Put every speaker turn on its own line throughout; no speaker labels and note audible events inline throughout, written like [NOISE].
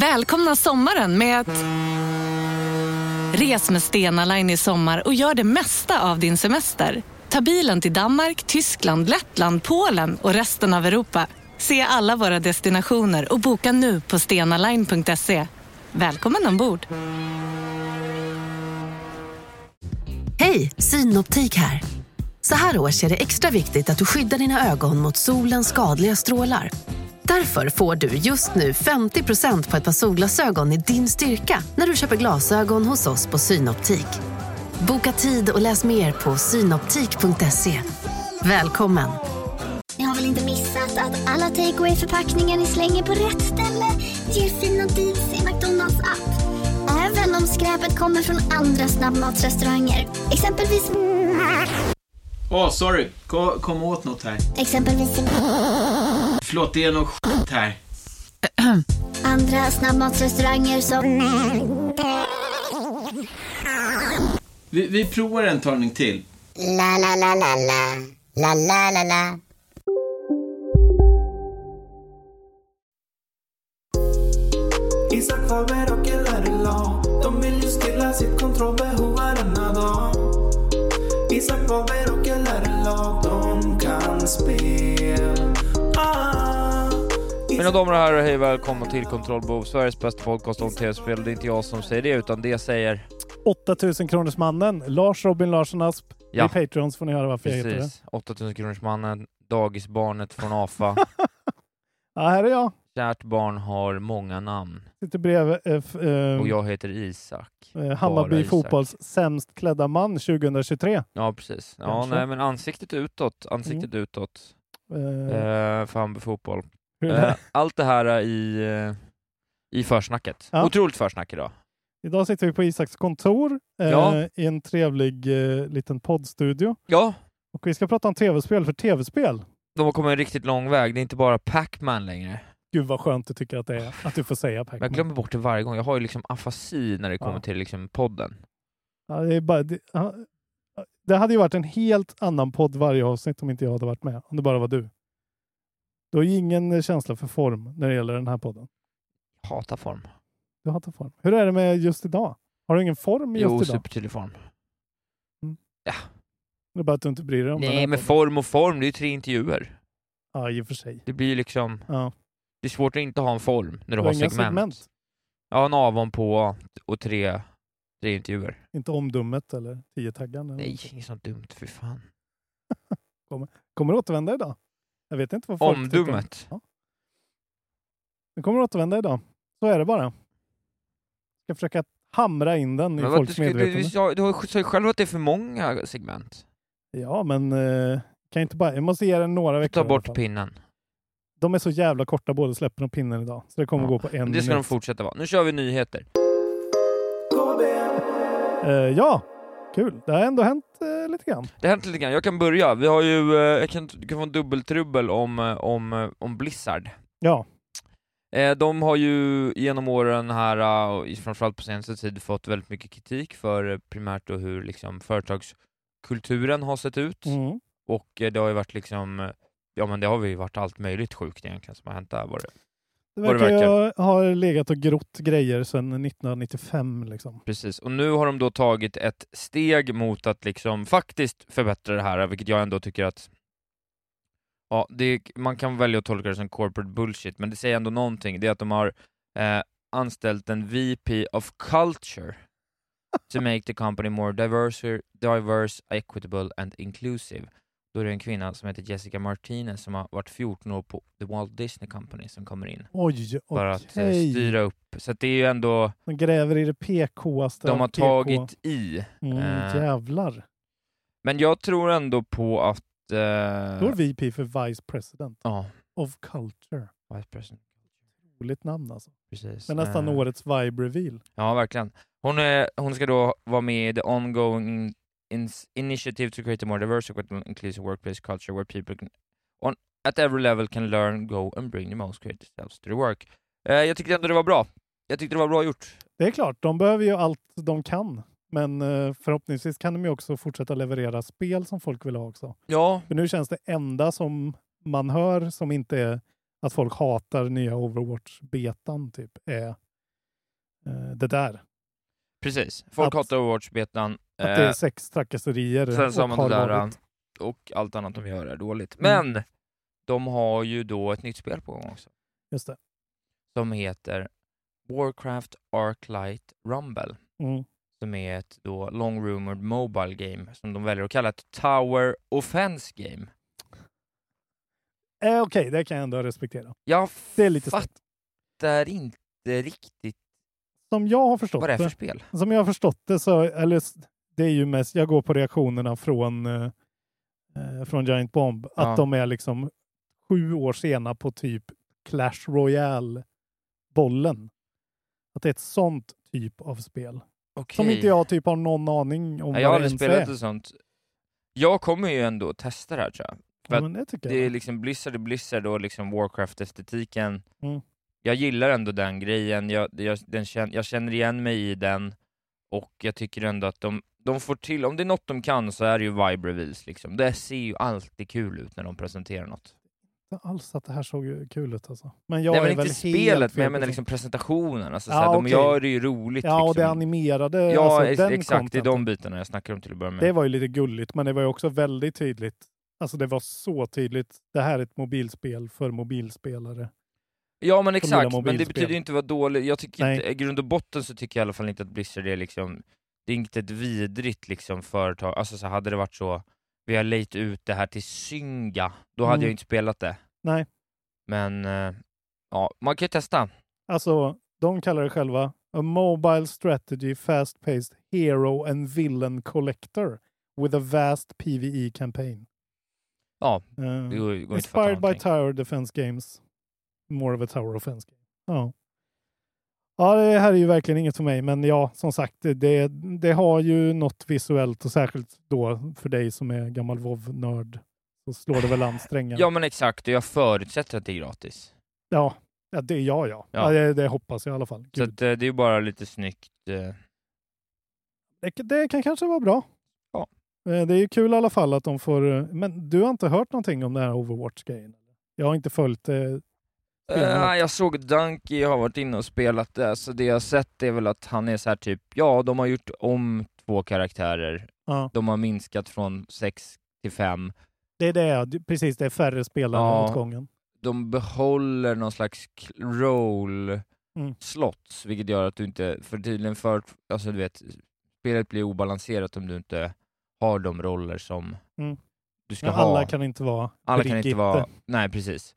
Välkomna sommaren med att... Res med Stena Line i sommar och gör det mesta av din semester. Ta bilen till Danmark, Tyskland, Lettland, Polen och resten av Europa. Se alla våra destinationer och boka nu på stenaline.se. Välkommen ombord!
Hej, Synoptik här. Så här års är det extra viktigt att du skyddar dina ögon mot solens skadliga strålar. Därför får du just nu 50% på ett par solglasögon i din styrka när du köper glasögon hos oss på Synoptik. Boka tid och läs mer på synoptik.se. Välkommen!
Ni har väl inte missat att alla takeaway förpackningar ni slänger på rätt ställe ger fina deals i McDonalds app. Även om skräpet kommer från andra snabbmatsrestauranger. Exempelvis...
Åh, sorry. Kom, kom åt något här.
Exempelvis...
Förlåt, det är något skit här.
Andra snabbmatsrestauranger som...
Vi, vi provar en talning till.
La la la la la. La la la la.
Isak Faber och Ellery Law De vill ju stilla sitt kontrollbehov varenda dag Isak Faber och Ellery Law De kan spel ah,
Mina damer och herrar, hej välkomna till Kontrollbehov, Sveriges bästa podcast om tv-spel. Det är inte jag som säger det, utan det säger...
8000 kronors mannen, Lars Robin Larsson Asp.
Ja.
I Patreons får ni höra varför jag heter det.
Precis. 8000 kronors mannen, dagisbarnet från
[LAUGHS]
AFA.
Ja, här är jag.
Kärt barn har många namn.
Sitter bredvid eh, f- eh,
Och jag heter Isak.
eh,
Bara
Hammarby
Isak.
fotbolls sämst klädda man 2023. Eh,
Ja, precis. Ja,
Kanske. Mm.
nej men ansiktet utåt, ansiktet utåt. Eh, för Hammarby
[LAUGHS]
fotboll.
hur-
Eh, allt det här är i, eh, i försnacket.
Ja.
Otroligt försnack idag.
Idag sitter vi på Isaks kontor eh,
Ja.
i en trevlig eh, liten poddstudio.
Ja,
Och vi ska prata om tv-spel, för tv-spel,
de har kommit en riktigt lång väg. Det är inte bara Pac-Man längre.
gud vad skönt du tycker att det är att du får säga Pac-Man.
Jag glömmer bort det varje gång. Jag har ju liksom afasi när det kommer
Ja.
till liksom podden.
Ja, det, är bara, det, ja, det hade ju varit en helt annan podd varje avsnitt om inte jag hade varit med. Om det bara var du. Du har ju ingen eh, känsla för form när det gäller den här podden.
Hata form.
Du hatar form. Hur är det med just idag? Har du ingen form just
Jo,
idag?
supertydlig form.
Det är bara att du inte bryr dig om den
Nej,
här
men
podden.
form och form, det är ju tre intervjuer.
Ja, i och för sig.
Det blir ju liksom...
Ja.
Det är svårt att inte ha en form när du
Du
har
har inga
segment.
segment.
Ja, en avon på och tre, tre intervjuer.
Inte omdummet eller tio taggar. eller
Nej,
något.
inget sånt dumt, för fan.
Kommer att återvända idag. Jag vet inte vad folk tycker om-
Omdummet.
Den kommer att återvända idag. Så är det bara. Jag ska försöka hamra in den i
Men vad, du,
folks
skulle, du,
medvetande.
du, sa- du har- sa ju själv att det är för många segment.
Ja, men eh, kan jag inte bara... Jag måste ge den några veckor.
Ta
i alla
bort
fall.
pinnen.
De är så jävla korta både släppen och pinnen idag. Så det kommer
Ja.
gå på en
Men det ska de
minut.
fortsätta vara. Nu kör vi nyheter.
Eh, ja, kul. Det har ändå hänt eh, lite grann.
Det har hänt lite grann. Jag kan börja. Vi har ju... eh, Jag kan, du kan få en dubbeltrubbel om, eh, om, eh, om Blizzard.
Ja,
Eh, de har ju genom åren här, eh, och i- framförallt på senaste tid, fått väldigt mycket kritik för eh, primärt då hur liksom, företagskulturen har sett ut.
mm.
Och eh, det har ju varit liksom, eh, ja men det har ju varit allt möjligt sjukt egentligen som har hänt där. Var det.
det
Vad det
verkar jag har legat och grott grejer sedan 1995 liksom.
Precis, och nu har de då tagit ett steg mot att liksom faktiskt förbättra det här, vilket jag ändå tycker att Ja, det, man kan välja att tolka det som corporate bullshit, men det säger ändå någonting. Det är att de har eh, anställt en VP of Culture to make the company more diverse, diverse, equitable and inclusive. Då är det en kvinna som heter Jessica Martinez som har varit 14 år på The Walt Disney Company som kommer in
Oj,
för att eh,
okej.
styra upp. Så att det är ju ändå,
De gräver i det PK-aste.
de har
av PK.
tagit i.
Mm,
eh,
Jävlar.
Men jag tror ändå på att... eh,
Då är VP för Vice President
Ja,
of Culture.
vice president.
Roligt namn alltså.
Precis.
Men nästan
Eh,
årets vibe reveal.
Ja, verkligen. Hon, är, hon ska då vara med i the ongoing ins- initiative to create a more diverse, equitable, and inclusive workplace culture where people can, on, at every level can learn, go and bring the most creative selves to the work. Eh, jag tyckte ändå det var bra. Jag tyckte det var bra gjort.
Det är klart, de behöver ju allt de kan. Men eh, förhoppningsvis kan de ju också fortsätta leverera spel som folk vill ha också.
Ja,
För nu känns det enda som man hör som inte är att folk hatar nya Overwatch-betan typ är eh, det där.
Precis. Folk
Att-
hatar Overwatch-betan. Eh,
Att det är sextrakasserier
Sen sa
och
man det
har
där, eh.
varit.
och allt annat de gör är dåligt.
Mm.
Men de har ju då ett nytt spel på gång också,
Just det.
som heter Warcraft Arclight Rumble,
Mm.
som är ett då long rumored mobile game, som de väljer att kalla ett Tower Offense Game.
Eh, Okej, det kan jag ändå respektera.
Jag
Det är lite
fattar
snett.
inte riktigt
Som jag har förstått
vad det är
det,
för spel.
som jag har förstått det så, eller s- det är ju mest, jag går på reaktionerna från, eh, eh, från Giant Bomb, att
Ja.
de är liksom sju år sena på typ Clash Royale-bollen. Att det är ett sånt typ av spel. Som
Okej.
inte jag typ har någon aning om
Nej, jag har
vad det
aldrig
ens
spelat
är.
ett sånt. Jag kommer ju ändå testa det här tror jag.
Ja, men det tycker
Det är
jag.
liksom Blizzard är Blizzard och liksom Warcraft-estetiken.
Mm.
Jag gillar ändå den grejen, jag, jag, den känner, jag känner igen mig i den och jag tycker ändå att de, de får till, om det är något de kan så är det ju vibe reveals liksom. Det ser ju alltid kul ut när de presenterar något.
Inte alls att det här såg ju kul ut alltså. Men jag
Nej
är
men
väl
inte
helt
spelet, men
fel
jag menar
person.
liksom presentationen, alltså,
Ja,
såhär, de
okej.
gör det ju roligt
Ja, och det
liksom.
animerade.
Ja,
alltså, den
exakt, det är
contenten.
de bitarna jag snackar om till att börja med.
Det var ju lite gulligt, men det var ju också väldigt tydligt. Alltså det var så tydligt. Det här är ett mobilspel för mobilspelare.
Ja men
gillar
exakt, men det
mobilspel.
betyder ju inte vara dåligt. Jag tycker
Nej.
inte, i grund och botten så tycker jag i alla fall inte att Blizzard är liksom, det är inte ett vidrigt liksom företag. Alltså så hade det varit så, vi har lejt ut det här till Synga, då hade
Mm.
jag inte spelat det.
Nej.
Men, eh, ja, man kan ju testa.
Alltså, de kallar det själva A Mobile Strategy Fast Paced Hero and Villain Collector with a vast PVE campaign.
Ja,
Eh,
det går, går inte att fatta
inspired by
någonting.
Tower Defense Games. More of a Tower Offense Game. Ja. Ja, det här är ju verkligen inget för mig, men ja, som sagt, det, det har ju något visuellt och särskilt då för dig som är gammal WoW-nörd så slår det väl an strängen.
[LAUGHS] Ja men exakt, och jag förutsätter att det är gratis.
Ja, ja det är jag ja.
Ja.
ja. det, det hoppas jag i alla fall.
Så
Gud.
att, eh, det är ju bara lite snyggt. eh,
Det, det kan kanske vara bra.
Ja.
Eh, Det är ju kul i alla fall att de får... eh, Men du har inte hört någonting om den här Overwatch-grejen? Jag har inte följt eh, det. Spelare.
Eh, jag såg Donkey, jag har varit inne och spelat det, så det jag har sett är väl att han är så här typ, ja de har gjort om två karaktärer,
Ja,
de har minskat från sex till fem,
det är det, ja. precis. Det är färre spelare
Ja.
åt gången.
de behåller någon slags k- roll
Mm.
slots, vilket gör att du inte, för tydligen för, alltså du vet, spelet blir obalanserat om du inte har de roller som
Mm.
du ska
Men
ha.
alla kan inte vara
Alla kan inte
Brigitte.
vara... Nej, precis.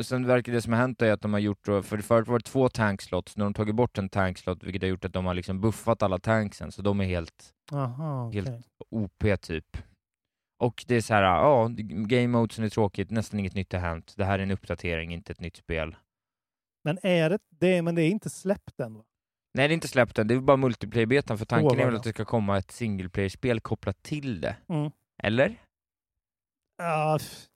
Sen verkar det som har hänt är att de har gjort, då- för förut var det två tankslots, nu har de tagit bort en tankslot vilket har gjort att de har liksom buffat alla tanksen, så de är helt
Aha, okej.
Helt- OP typ. Och det är så här, ja, game modesen är tråkigt, nästan inget nytt har hänt, det här är en uppdatering, inte ett nytt spel.
Men, är det, det, men det är inte släppt än? Va?
Nej, det är inte släppt än, det är bara multiplayer-betan, för tanken är väl
Ovanå.
att det ska komma ett single player-spel kopplat till det.
Mm.
Eller?
Ah, f-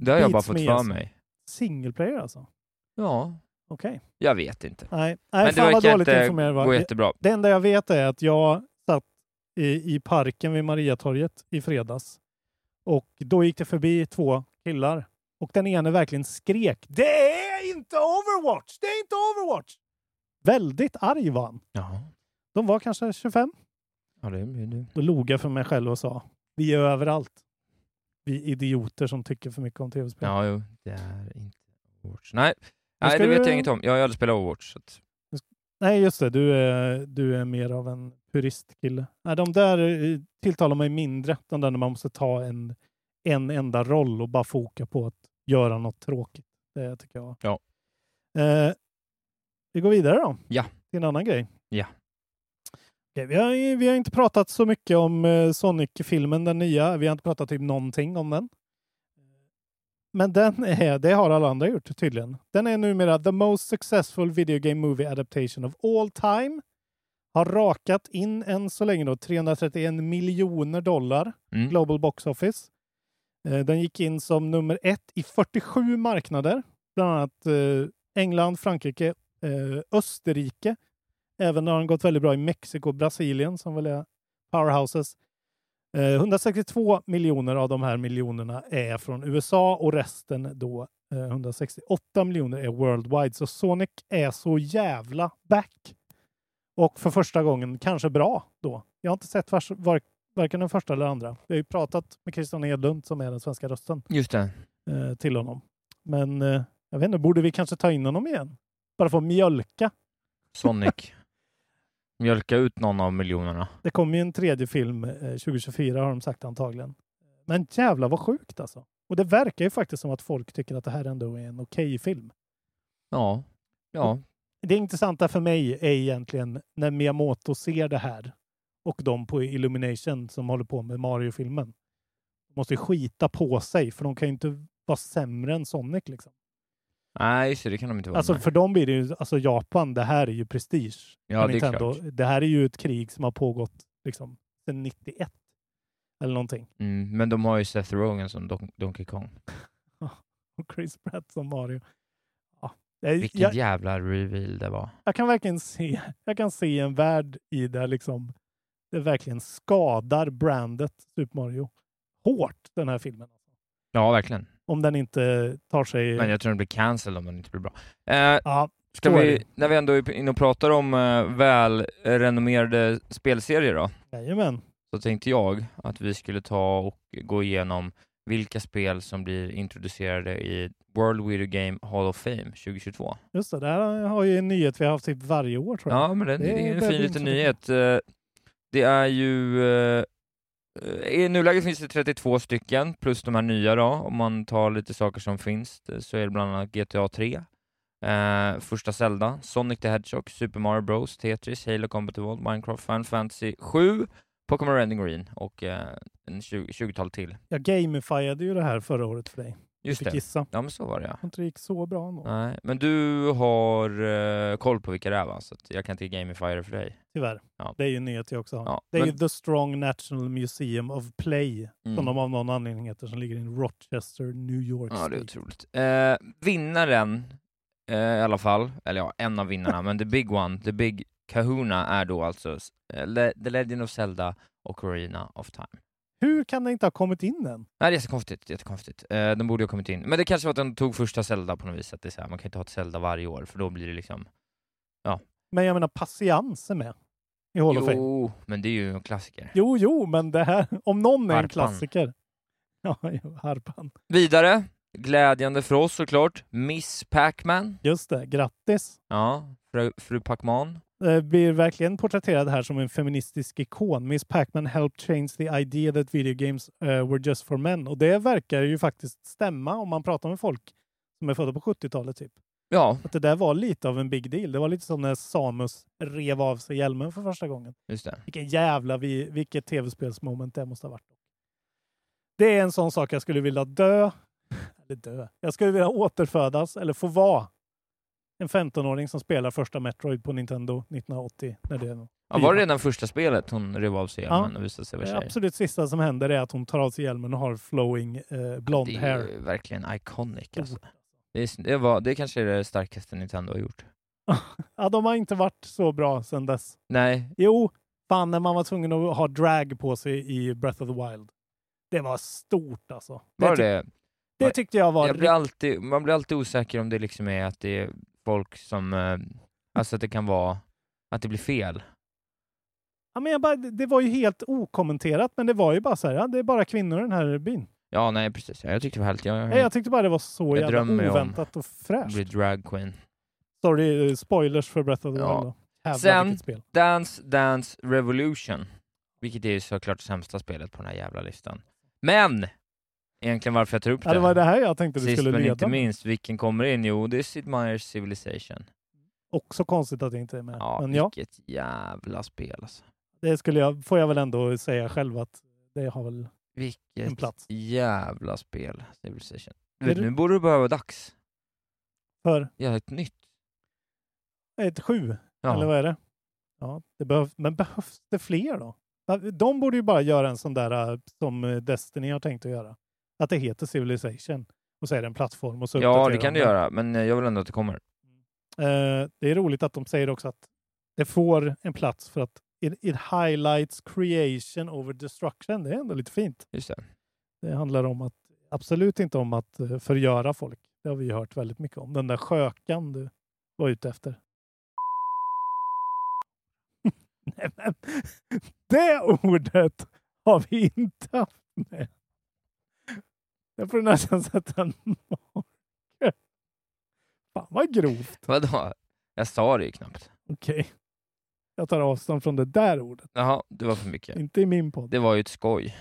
Det har jag bara
beats
fått
me,
för
alltså.
mig.
Single player alltså?
Ja,
Okej.
jag vet inte.
Nej,
Men
Nej
det
fan vad
verkar
dåligt
inte eh,
informerad jag
gå
var.
jättebra.
Det enda jag vet är att jag satt i, i parken vid Mariatorget i fredags och då gick det förbi två killar och den ene verkligen skrek Det är inte Overwatch! Det är inte Overwatch! Väldigt arg var han.
Ja,
De var kanske 25.
ja det blir du.
Då log jag för mig själv och sa Vi är överallt. Vi idioter som tycker för mycket om tv-spel.
Ja, jo. Det är inte Overwatch. Nej,
Men
Nej
ska
det vet
du-
jag inget om. Jag har ju aldrig spelat Overwatch. Så att...
Nej, just det. Du är, du är mer av en puristkille. Nej, de där eh, tilltalar mig mindre. De där när man måste ta en, en enda roll och bara foka på att göra något tråkigt. Det tycker jag.
Ja.
Eh, vi går vidare då.
Ja.
Till en annan grej.
Ja.
Okej, vi, har, ju- vi har inte pratat så mycket om eh, Sonic-filmen, den nya. Vi har inte pratat typ någonting om den. Men den är, det har alla andra gjort tydligen. Den är numera the most successful video game movie adaptation of all time. Har rakat in än så länge då 331 miljoner dollar
Mm.
Global Box Office. Eh, Den gick in som nummer ett i 47 marknader, bland annat eh, England, Frankrike, eh, Österrike. Även har den gått väldigt bra i Mexiko och Brasilien som väl är powerhouses. Eh, 162 miljoner av de här miljonerna är från USA och resten då eh, 168 miljoner är worldwide. Så Sonic är så jävla back. Och för första gången kanske bra då. Jag har inte sett vars, var, varken den första eller andra. Vi har ju pratat med Christian Edlund som är den svenska rösten
Just det.
eh, till honom. Men eh, jag vet inte, borde vi kanske ta in honom igen? Bara få mjölka.
Sonic. [LAUGHS] Mjölka ut någon av miljonerna.
Det kommer ju en tredje film eh, 2024 har de sagt antagligen. Men jävla vad sjukt alltså. Och det verkar ju faktiskt som att folk tycker att det här ändå är en okej film.
Ja. Ja.
Det intressanta för mig är egentligen när Miyamoto ser det här och de på Illumination som håller på med Mario-filmen. De måste ju skita på sig för de kan ju inte vara sämre än Sonic liksom.
Nej, just det. Det kan de inte vara.
Alltså
nej.
för dem blir det ju, alltså Japan, det här är ju prestige.
ja, det är
Nintendo.
klart.
det här är ju ett krig som har pågått liksom sedan 91 eller någonting.
Mm, men de har ju Seth Rogen som Don- Donkey Kong.
Och Chris Pratt som Mario. Ja. Jag,
Vilken
jag,
jävla reveal det var.
jag kan verkligen se, jag kan se en värld i där liksom det verkligen skadar brandet Super Mario hårt, den här filmen.
Ja, verkligen.
Om den inte tar sig...
Men jag tror den blir cancelled om den inte blir bra. Eh,
ja,
ska
så är
vi,
det.
när vi ändå är inne och pratar om eh, välrenommerade spelserier då,
jajamän.
så tänkte jag att vi skulle ta och gå igenom vilka spel som blir introducerade i World Video Game Hall of Fame 2022.
Just det, det här har ju en nyhet vi har haft typ varje år tror jag.
Ja, men det, det är en
börjar
fin
bli
liten nyhet.
intressant.
Eh, Det är ju... eh, I nuläget finns det 32 stycken, plus de här nya då. Om man tar lite saker som finns eh, så är det bland annat GTA 3, eh, första Zelda, Sonic the Hedgehog, Super Mario Bros, Tetris, Halo Combat Evolved, Minecraft, Final Fantasy 7, Pokémon Red and Green och eh, en 20 20-tal till.
Jag gamifierade ju det här förra året för dig.
Just
du fick
det.
gissa.
Ja, men så var det ja.
Jag inte det gick så bra ändå,
Nej, men du har eh, koll på vilka det är va? Så att jag kan inte gamifiera det för dig.
tyvärr.
Ja.
Det är ju en nyhet jag också har.
Ja,
det är
men-
ju The Strong National Museum of Play
Mm.
som de av någon anledning heter, som ligger i Rochester, New York
Ja, det är
City.
otroligt. Eh, vinnaren eh, i alla fall, eller ja, en av vinnarna, men the big one, the big kahuna är då alltså eh, Le- The Legend of Zelda och Corina of Time.
Hur kan det inte ha kommit in än?
Nej, det är jättekonstigt, jättekonstigt. Eh, de borde ju ha kommit in. Men det kanske var att de tog första Zelda på något vis, att det är så här, man kan inte ha ett Zelda varje år, för då blir det liksom...
Men jag menar, patiens är med i Hall of Fame.
Jo, men det är ju en klassiker.
Jo, jo, men det här, om någon är en
Harpan.
klassiker. [LAUGHS] Ja, jo, harpan.
Vidare, glädjande för oss såklart, Miss Pac-Man.
Just det, grattis.
Ja, fru, fru Pac-Man.
Eh, blir verkligen porträtterad här som en feministisk ikon. Miss Pac-Man helped change the idea that video games eh, were just for men. Och det verkar ju faktiskt stämma om man pratar med folk som är födda på 70-talet typ.
Ja,
Att det där var lite av en big deal. Det var lite som när Samus rev av sig hjälmen för första gången.
just det.
Vilken jävla, vi, vilket tv-spelsmoment det måste ha varit. Det är en sån sak jag skulle vilja dö, eller dö, jag skulle vilja återfödas eller få vara en 15-åring som spelar första Metroid på Nintendo 1980. När det är
Ja, var det redan första spelet hon rev av sig hjälmen och visade sig vara
det
tjej?
absolut sista som händer är att hon tar av sig hjälmen och har flowing eh, blond
det är
hair. Oh.
ju verkligen iconic alltså. Det, är, det, var, det kanske är det starkaste Nintendo har gjort.
Ja, de har inte varit så bra sedan dess.
Nej,
Jo, fan när man var tvungen att ha drag på sig i Breath of the Wild. Det var stort alltså.
var
tyck-
det?
det tyckte jag var...
Jag blir alltid, man blir alltid osäker om det liksom är att det är folk som, eh, alltså att det kan vara, att det blir fel.
ja, men jag bara, det var ju helt okommenterat, men det var ju bara så här, ja, det är bara kvinnor i den här byn.
Ja, nej precis. Ja, Jag tyckte det var härligt. Jag,
Nej, jag tyckte bara det var så
Mm. Jag drömmer
jävla
ju om-
oväntat och fräscht.
blir drag queen.
Sorry, eh, spoilers för Breath of the
Ja.
Wild. Då. Jävlar,
Sen-
vilket spel.
Dance Dance Revolution, vilket är ju såklart sämsta spelet på den här jävla listan. Men! Egentligen varför jag tar upp
Ja, det var det här jag tänkte du
Sist
skulle
men
leda.
inte minst, vilken kommer in? Jo, det är Sid Meier's Civilization.
Också konstigt att det inte är med.
Ja,
men ja,
vilket jävla spel alltså.
det skulle jag, får jag väl ändå säga själv att det har väl... En
Vilket
plats.
jävla spel, Civilization. Du
Är
vet,
det-
nu borde du behöva dags.
För
Jävla ett nytt.
ett sju Eller
Ja.
vad är det? Ja, det behöv, men behövs det fler då? De borde ju bara göra en sån där eh, som eh, Destiny har tänkt att göra. Att det heter Civilization. Och så är det en plattform och så
ja, det
uppdaterar
kan
de
du göra, men eh, jag vill ändå att det kommer.
Eh, det är roligt att de säger också att det får en plats för att it, it highlights creation over destruction. Det är ändå lite fint.
Just det.
Det handlar om att absolut inte om att eh, förgöra folk. Det har vi ju hört väldigt mycket om. Den där skökan du var ute efter. [LAUGHS] Nej, men det ordet har vi inte haft med. Jag får nästan sätta en marker. Fan vad grovt.
Vadå? Jag sa det ju knappt.
Okej. Jag tar avstånd från det där ordet.
Jaha, det var för mycket.
Inte i min podd.
Det var ju ett skoj.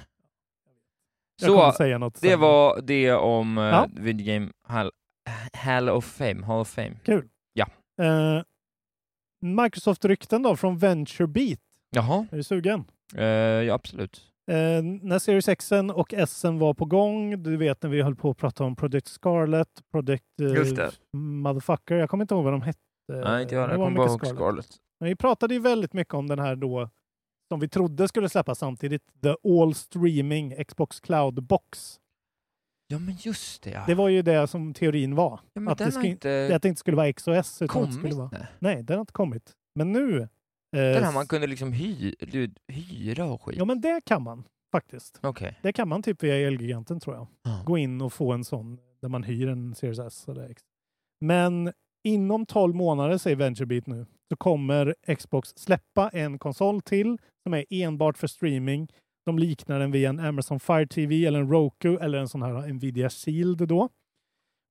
Jag kommer
Så,
säga något
det
sen.
var det om ja.
Ja.
Video Game Hall, Hall of Fame. Hall of Fame.
Kul.
Ja.
Eh, Microsoft-rykten då från VentureBeat.
Jaha,
Är du sugen?
eh, ja absolut.
Eh, när Series X och S var på gång, du vet när vi höll på att prata om Project Scarlet, Project eh,
Just det.
Motherfucker, jag kommer inte ihåg vad de hette.
Nej, inte jag
Eh, Det
heller. Jag
var
kommer bara
mycket
ihåg
Scarlet.
Scarlett.
Men vi pratade ju väldigt mycket om den här då, som vi trodde skulle släppas samtidigt, The All Streaming Xbox Cloud Box.
Ja men just det ja.
Det var ju det som teorin var,
ja men
att det
den har
ska-
inte
att det inte skulle vara X och S. Utan att det
kommit.
skulle vara...
nej.
Nej, den har inte kommit. Men nu... eh,
Den här man kunde liksom hy, du- hyra och skit.
Ja, men det kan man faktiskt.
Okej.
Det kan man typ via Elgiganten tror jag.
Ja.
Gå in och få en sån där man hyr en Series S eller X. Men inom 12 månader, säger VentureBeat nu, så kommer Xbox släppa en konsol till som är enbart för streaming. De liknar den via en Amazon Fire TV eller en Roku eller en sån här Nvidia Shield då.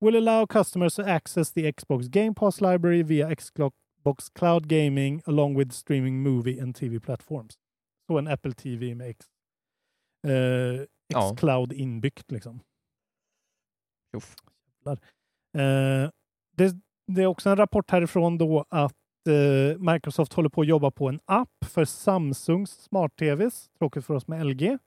Will allow customers to access the Xbox Game Pass library via Xbox Cloud Gaming along with streaming movie and TV platforms. Så en Apple TV med X, eh,
Ja.
X-Cloud inbyggt liksom.
Tjoff.
Eh, det, det är också en rapport härifrån då att eh, Microsoft håller på att jobba på en app för Samsungs smart-tvs, tråkigt för oss med LG,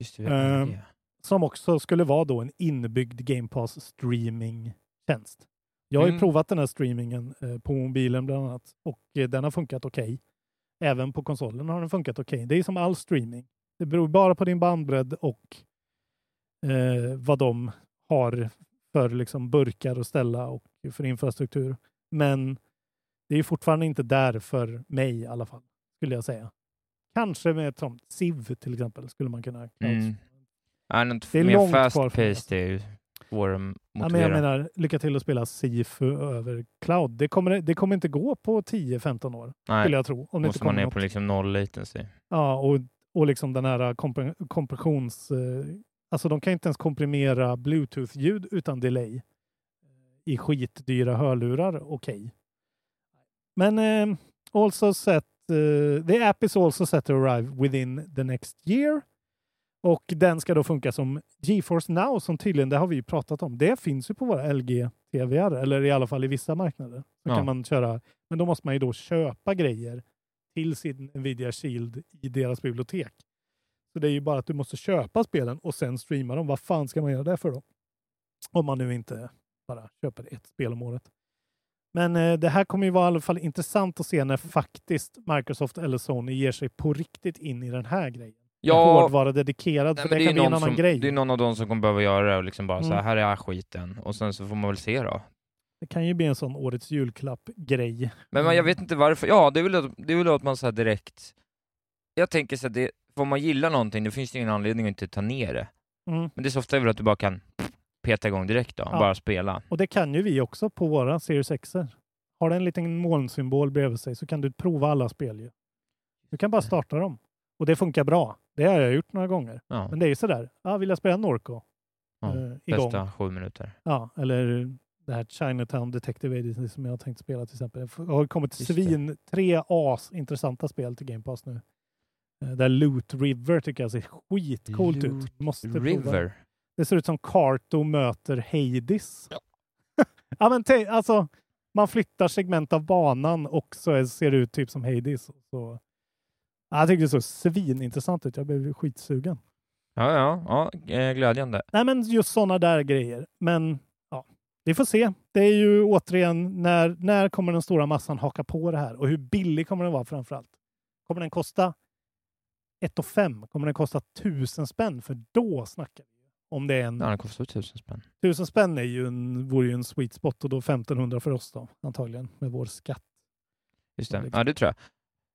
Just det, vi hade
Ehm,
det.
som också skulle vara då en inbyggd Game Pass streamingtjänst. Jag har ju
Mm.
provat den här streamingen eh, på mobilen bland annat och eh, den har funkat okej. Även på konsolen har den funkat okej. Det är som all streaming. Det beror bara på din bandbredd och eh, vad de har för liksom burkar att ställa och för infrastruktur. Men det är ju fortfarande inte där för mig i alla fall, skulle jag säga. Kanske med ett sånt SIV till exempel skulle man kunna
Mm. Nej, något
Det är
mer
långt kvar
fast
för det.
paced är ju svårare att
Ja, men jag
motivera.
menar, lycka till att spela Sifu över cloud. Det kommer, det kommer inte gå på 10-15 år,
Nej,
skulle jag tro. Om det inte
måste man
kommer
ner
något.
på liksom noll latency.
Ja, och, och liksom den här kompre- kompressions... eh, Alltså de kan inte ens komprimera bluetooth-ljud utan delay i skitdyra hörlurar. Okej. Men eh, also set, eh, the app is also set to arrive within the next year. Och den ska då funka som GeForce Now som tydligen, det har vi ju pratat om, det finns ju på våra LG-TVR eller i alla fall i vissa marknader. Så
Ja.
kan man köra, men då måste man ju då köpa grejer till sin Nvidia Shield i deras bibliotek. Så det är ju bara att du måste köpa spelen och sen streama dem. Vad fan ska man göra det för då? Om man nu inte bara köper ett spel om året. Men eh, det här kommer ju vara i alla fall intressant att se när faktiskt Microsoft eller Sony ger sig på riktigt in i den här grejen. Med
Ja,
Hårdvara dedikerad,
nej,
för
men det,
det,
är
kan bli en
någon
annan
som,
grej.
det är någon av dem som kommer behöva göra det och liksom bara så här,
Mm.
här är skiten och sen så får man väl se då.
Det kan ju bli en sån årets julklapp-grej.
Men man, jag vet inte varför. Ja, det är väl att, det är väl att man så här direkt... Jag tänker så här, det, om man gillar någonting, då finns det ingen anledning att inte ta ner det.
Mm.
Men det är så ofta väl att du bara kan peta igång direkt då,
Ja.
bara spela.
Och det kan ju vi också på våra Series X. Har den en liten molnsymbol bredvid sig så kan du prova alla spel ju. Du kan bara starta dem. Och det funkar bra. Det har jag gjort några gånger.
Ja,
Men det är ju sådär, ja, vill jag spela Norco?
Ja,
Eh, igång.
bästa sju minuter.
Ja, eller det här Chinatown Detective Agency som jag har tänkt spela till exempel. Det har kommit
Just det.
svin, tre as intressanta spel till Game Pass nu. Eh, Där Loot River tycker jag ser skitcoolt
Loot
ut. Måste Typ prova.
River.
Det ser ut som Carto möter Hades. [LAUGHS] Ja. men te- alltså, man flyttar segment av banan och så är- ser det ut typ som Hades. Så, ja, jag tyckte det såg svinintressant ut. Jag blev skitsugen.
Ja, ja, ja, eh, glädjande.
Nej, men just sådana där grejer. Men ja, vi får se. Det är ju återigen när, när kommer den stora massan haka på det här och hur billig kommer den vara framför allt? Kommer den kosta 1 5? Kommer den kosta 1000 spänn? För då snackar vi. Om det är en
Ja, den kostar tusen spänn.
1000 spänn är ju en, vore ju en sweet spot och då 1500 för oss då antagligen med vår skatt.
Just det.
Liksom.
Ja, det tror jag.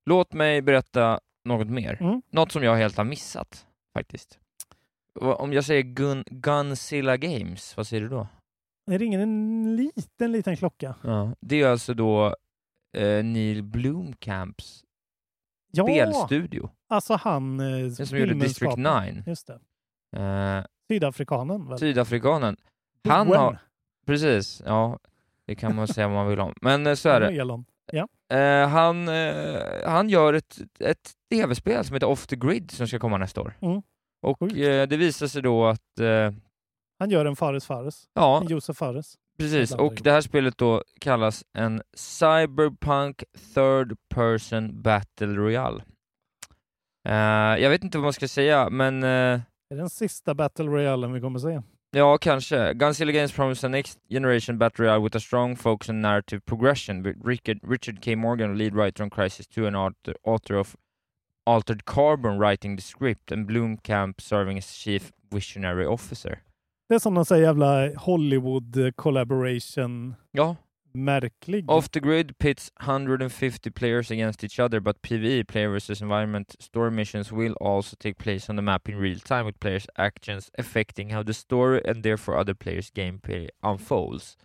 Låt mig berätta något mer.
Mm.
Något som jag helt har missat, faktiskt. Va- Om jag säger Gun Gunzilla Games, vad säger du då?
Det ringer en liten, liten klocka.
Ja. Det är alltså då eh, Neil Blomkamps
Ja,
spelstudio.
alltså han... eh,
Den som gjorde District
filmskaparen.
9.
Just det.
Eh,
Sydafrikanen. Väl?
sydafrikanen. Han
Bowen.
har... Precis, ja. Det kan man säga vad man vill om. Men eh, så är det.
Elon.
Eh, han, eh, han gör ett, ett tv-spel som heter Off the Grid som ska komma nästa år.
Mm.
Och
Sjukt.
eh, det visar sig då att, eh,
Han gör en Fares Fares.
ja,
En Josef Fares.
Precis,
Blandar
och
ihop.
det här spelet då kallas en Cyberpunk Third Person Battle Royale. Eh, jag vet inte vad man ska säga, men eh,
Det är den sista Battle Royalen vi kommer se.
ja, kanske. Gunzilla Games promised a next generation battle royale with a strong focus on narrative progression. with Richard, Richard K. Morgan, lead writer on Crisis 2 and author, author of Altered Carbon, writing the script, and Bloomcamp serving as chief visionary officer.
Det är som de säger jävla Hollywood eh, collaboration.
Ja,
Märklig.
Off the grid pits 150 players against each other, but PvE, player versus environment, story missions will also take place on the map in real time with players' actions affecting how the story and therefore other players' gameplay unfolds.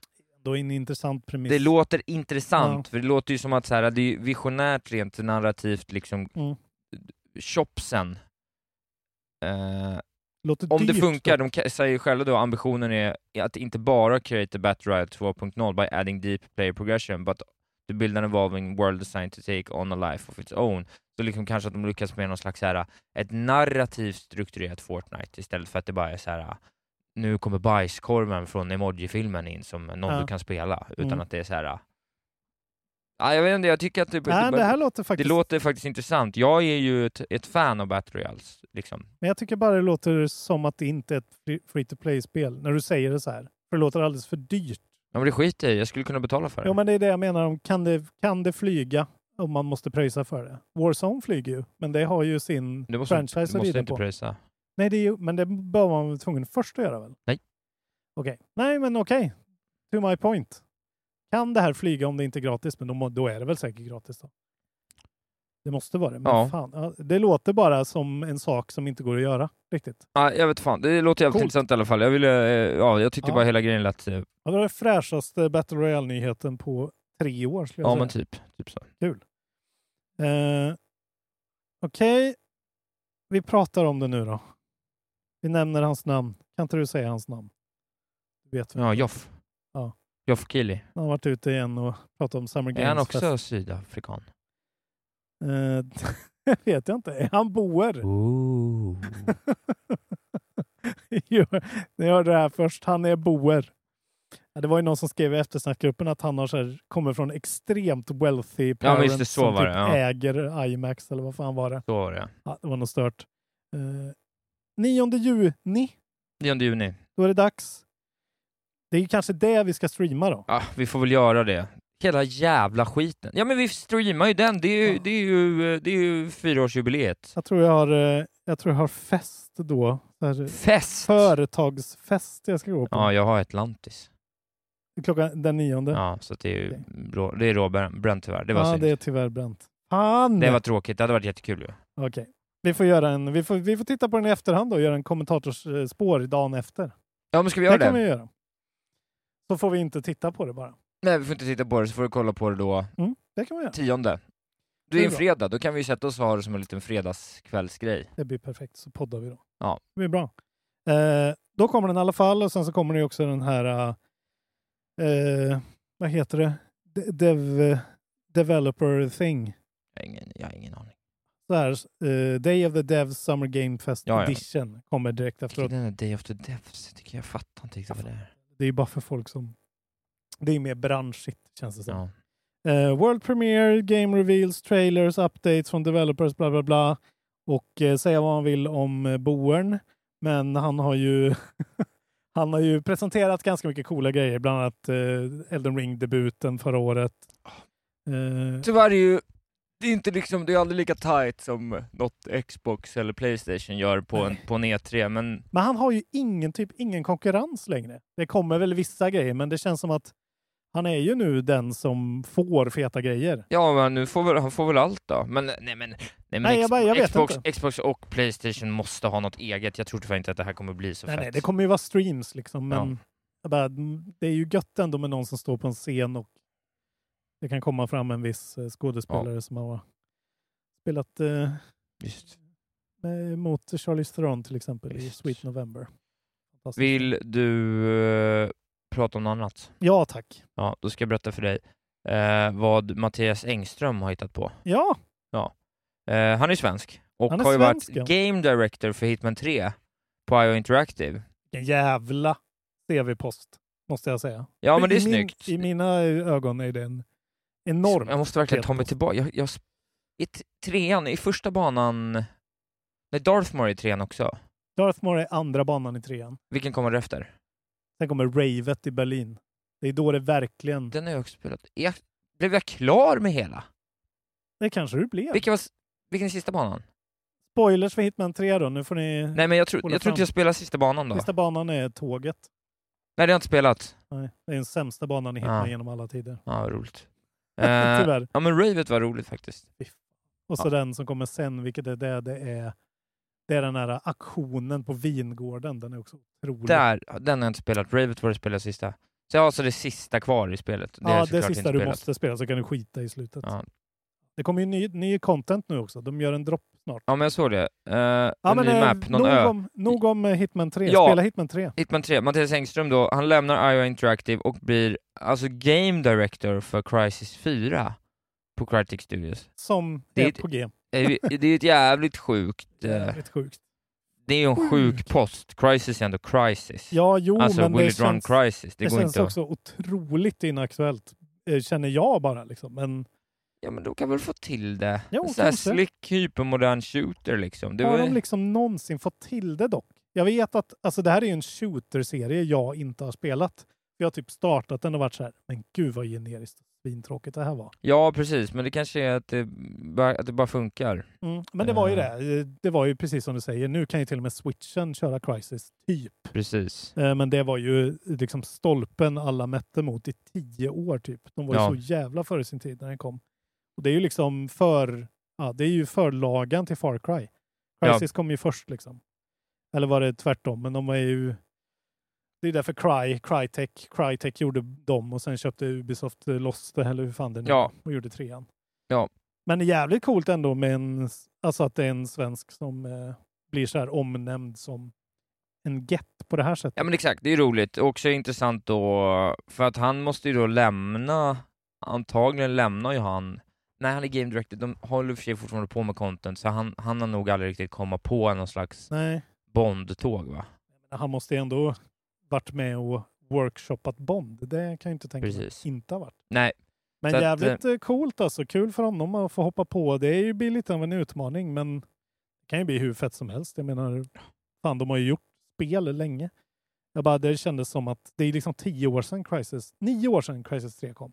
Då är en intressant premiss.
Det låter intressant, för det låter ju som att så här, det är ju visionärt rent narrativt, liksom
Mm.
chopsen. Eh,
Låter
om det
dyrt
funkar,
då.
de ka- säger själva då ambitionen är att inte bara create a battle royale 2.0 by adding deep player progression but to build an evolving world design to take on a life of its own. Så liksom kanske att de lyckas med någon slags så här, ett narrativt strukturerat Fortnite istället för att det bara är så här nu kommer bajskorven från emoji-filmen in som någon
Ja.
du kan spela utan
Mm.
att det är så här. Ja, jag vet inte, jag tycker att det,
Nej,
det,
det här låter faktiskt...
låter faktiskt intressant. Jag är ju ett, ett fan av battle royales liksom.
Men jag tycker bara det låter som att det inte är ett free to play-spel när du säger det så här. För det låter alldeles för dyrt.
Ja, men det skiter jag i. jag skulle kunna betala för det.
Jo, men det är det jag menar. Om kan, det, kan det flyga? Om man måste pröjsa för det. Warzone flyger ju, men det har ju sin
Du måste,
franchise
du
att
måste
rida
inte
på.
pröjsa.
Nej, det är ju, men det bör man vara tvungen först att göra väl?
Nej.
Okej. Nej, men okej. To my point. Kan det här flyga om det inte är gratis? Men då, må- då är det väl säkert gratis då? Det måste vara det. Men
Ja.
fan, ja, det låter bara som en sak som inte går att göra riktigt.
Ja, jag vet fan, det låter jävligt
Coolt.
intressant i alla fall. Jag, ville, eh, ja, jag tyckte
Ja.
bara hela grejen lät... eh,
Ja, det var den fräschaste Battle Royale-nyheten på tre år skulle jag
Ja
säga.
men typ. typ så.
Eh, Okej, vi pratar om det nu då. Vi nämner hans namn. Kan inte du säga hans namn? Du vet,
Ja, Joff.
Ja.
Joff Kili.
han har varit ute igen och pratat om Summer Games
Är han
Fest.
också
[LAUGHS]
sydafrikan?
Eh, [LAUGHS] det vet jag inte. Är han boer? [LAUGHS]
Ooh.
Jo, Ni hörde det här först. Han är boer. Ja, Det var ju någon som skrev i eftersnackgruppen att han har så här, kommer från extremt wealthy
Ja,
parents
visst, det så
som
var
typ
det, ja.
äger IMAX eller vad fan var det.
Så var det.
Ja, det var nog stört. Eh, 9 juni,
9 juni.
då är det dags. Det är ju kanske det vi ska streama då.
Ah, vi får väl göra det. Hela jävla skiten. Ja men vi streamar ju den, det är ju,
Ja.
det är ju, eh, det är ju fyraårsjubileet.
Jag tror jag har, eh, jag tror jag har fest då. Så här,
Fest!
företagsfest jag ska gå på.
Ja, jag har Atlantis.
Klockan den nionde.
Ja, så att det är ju
Okej.
rå- det är råbränt tyvärr. Det var
ja,
synd.
det är tyvärr bränt. Fan!
det var tråkigt, det hade varit jättekul ju.
Okej. Vi får, göra en, vi, får, vi får titta på den i efterhand och göra en kommentatorspår dagen efter.
Ja men ska vi
det
göra
kan
det?
vi göra. Så får vi inte titta på det bara.
Nej vi får inte titta på det, så får du kolla på det då
Det kan vi göra.
Tionde.
Det
Det
är
är en
bra.
fredag, då kan vi ju sätta oss och ha det som en liten fredagskvällsgrej.
Det blir perfekt, så poddar vi då.
Ja.
Det blir bra. Eh, då kommer den i alla fall och sen så kommer det ju också den här, eh, eh, vad heter det, De- Dev, developer thing.
Jag har ingen, jag har ingen aning.
Så här, eh, Day of the Devs Summer Game Fest
Ja, ja.
Edition kommer direkt efteråt.
Den där Day of the Devs, jag tycker jag fattar inte riktigt vad det är.
Det är ju bara för folk som, det är ju mer branschigt känns det som.
Ja.
Eh, World Premiere, Game Reveals, Trailers, Updates från Developers, bla bla bla. Och eh, säga vad man vill om eh, Boern, men han har ju [LAUGHS] han har ju presenterat ganska mycket coola grejer, bland annat eh, Elden Ring-debuten förra året. Eh,
Tyvärr är ju, det är inte liksom, det är aldrig lika tight som något Xbox eller Playstation gör på en, på en E3, men
men han har ju ingen, typ, ingen konkurrens längre. Det kommer väl vissa grejer, men det känns som att han är ju nu den som får feta grejer.
ja men nu får väl, han får väl allt då. Men nej men, nej, men
Nej, jag
Ex-
bara- jag vet
Xbox,
inte.
Xbox och Playstation måste ha något eget, jag tror tyvärr inte att det här kommer bli så
Nej,
fett.
nej, det kommer ju vara streams liksom, men
Ja.
jag bara, mm, det är ju gött ändå med någon som står på en scen och det kan komma fram en viss eh, skådespelare som har spelat eh,
Just.
med- mot Charlize Theron till exempel i
Just.
Sweet November. Fantastiskt.
Vill du eh, prata om något annat?
Ja, tack.
Ja, då ska jag berätta för dig eh, vad Mattias Engström har hittat på.
Ja,
Eh, han är svensk och
Han är
har ju varit
svensk, ja.
Game Director för Hitman 3 på IO Interactive.
en jävla CV-post måste jag säga.
Ja,
I
men det är
min,
snyggt.
I mina ögon är det en enorm.
Jag måste verkligen ta mig
fet-post.
tillbaka. Jag, jag, sp- I t- trean, i första banan... Nej, Darth Maul är i trean också.
Darth Maul är andra banan i trean.
Vilken kommer efter?
Sen kommer ravet i Berlin. Det är då det verkligen...
Den har jag också spelat. Är Jag, blev jag klar med hela?
Det kanske du blev.
Vilken, var, s- vilken är sista banan?
Spoilers för Hitman 3 då. Nu får ni...
Nej, men jag, tror-
Spola
jag tror inte
fram.
jag spelade sista banan då.
Sista banan är tåget.
Nej, det har jag inte spelat.
Nej, det är den sämsta banan i Hitman
Ja.
genom alla tider. [LAUGHS]
Ja, vad roligt. Eh,
Tyvärr.
ja, men Ravet var roligt faktiskt.
Och så den som kommer sen, vilket är det, det är... Det är den här aktionen på vingården. Den är också otrolig.
Där, den har jag inte spelat. Ravet var det spelade sista. Så jag har alltså det sista kvar i spelet. Det har
ja,
jag
det
såklart
sista
inte
du
spelat.
måste spela så kan du skita i slutet.
Ja.
Det kommer ju ny, ny content nu också. De gör en dropp snart.
Ja, men jag såg det. Eh, en ny
eh,
map, någon
nog,
ö.
Om, nog om eh, Hitman 3.
Ja.
Spela Hitman 3.
Hitman 3, Mattias Engström då, han lämnar IO Interactive och blir alltså Game Director för Crisis 4 på Crytek Studios.
Som
Det är
är
ett-
på G.
Eh, vi-
[LAUGHS]
Det är ju ett jävligt sjukt, eh,
Jävligt sjukt.
det är ju en sjuk post. Crisis är ändå Crisis.
Ja, jo,
Alltså
men det
Will it run
känns,
Crisis, det,
det
går
känns
inte att...
också otroligt inaktuellt. eh, Känner jag bara liksom. Men
Ja men då kan väl få till det.
Jo,
Så här
kanske.
slick hypermodern shooter liksom. Det
har
var...
de liksom någonsin fått till det dock? Jag vet att alltså, det här är ju en shooter-serie jag inte har spelat. Jag har typ startat den och varit så här, men gud vad generiskt och svintråkigt det här var.
Ja precis, men det kanske är att det, bara- att det bara funkar.
Mm. Men det var ju
Eh.
det. Eh, Det var ju precis som du säger. Nu kan ju till och med switchen köra Crisis, typ.
Precis.
Eh, Men det var ju liksom stolpen alla mätte mot i tio år typ. De var
Ja.
ju så jävla före sin tid när den kom. Och det är ju liksom för, ja, det är ju förlagan till Far Cry.
Ja.
Crisis kom ju först liksom. Eller var det tvärtom? Men de var ju... Det är därför Cry, Crytek, Crytek gjorde dem och sen köpte Ubisoft eh, loss det, eller hur fan det nu
Ja.
och gjorde trean.
Ja.
Men det är jävligt coolt ändå med en, alltså att det är en svensk som eh, blir så här omnämnd som en get på det här sättet.
Ja men exakt, det är roligt. Och också intressant då, för att han måste ju då lämna, antagligen lämnar ju han, nej han är game director, de håller i och för sig fortfarande på med content, så han, han har nog aldrig riktigt komma på någon slags
Nej,
Bond-tåg va?
men han måste ju ändå varit med och workshoppat Bond. Det kan jag inte tänka mig
Precis.
inte har varit.
Nej,
Men
Så att,
jävligt eh, coolt alltså. Kul för honom att få hoppa på. Det är ju blir lite av en utmaning, men det kan ju bli hur fett som helst. Jag menar, fan de har ju gjort spel länge. Jag bara, det kändes som att det är liksom tio år sedan Crisis, nio år sedan Crisis 3 kom.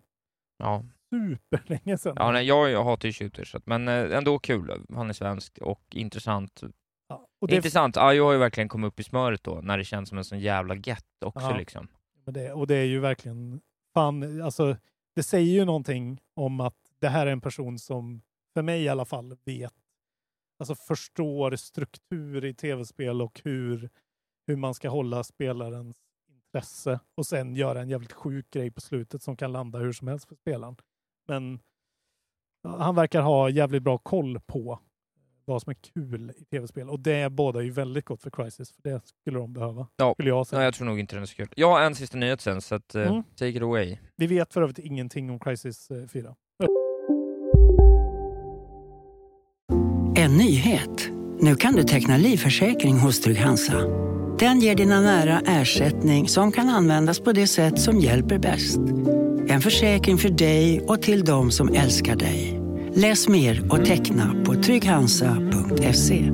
ja.
Superlänge sedan.
ja nej, jag, jag hatar ju shooters, så att- men eh, ändå kul. Han är svensk och intressant.
Ja, och det,
Intressant, Ayo har ju verkligen kommit upp i smöret då, när det känns som en sån jävla get också
Ja.
liksom.
Men det, och det är ju verkligen, fan, alltså det säger ju någonting om att det här är en person som, för mig i alla fall, vet, alltså förstår struktur i tv-spel och hur, hur man ska hålla spelarens intresse och sen göra en jävligt sjuk grej på slutet som kan landa hur som helst för spelaren. Men ja, han verkar ha jävligt bra koll på vad som är kul i tv-spel och det båda ju väldigt gott för Crisis, för det skulle de behöva.
Ja.
Skulle jag säga.
Nej, jag tror nog inte den är så kul. Jag har en sista nyhet sen, så att, eh,
Mm.
take it away.
Vi vet för övrigt ingenting om Crisis eh, 4.
En nyhet. Nu kan du teckna livförsäkring hos Trygg-Hansa. Den ger dina nära ersättning som kan användas på det sätt som hjälper bäst. En försäkring för dig och till de som älskar dig. Läs mer och teckna på trygghansa.se.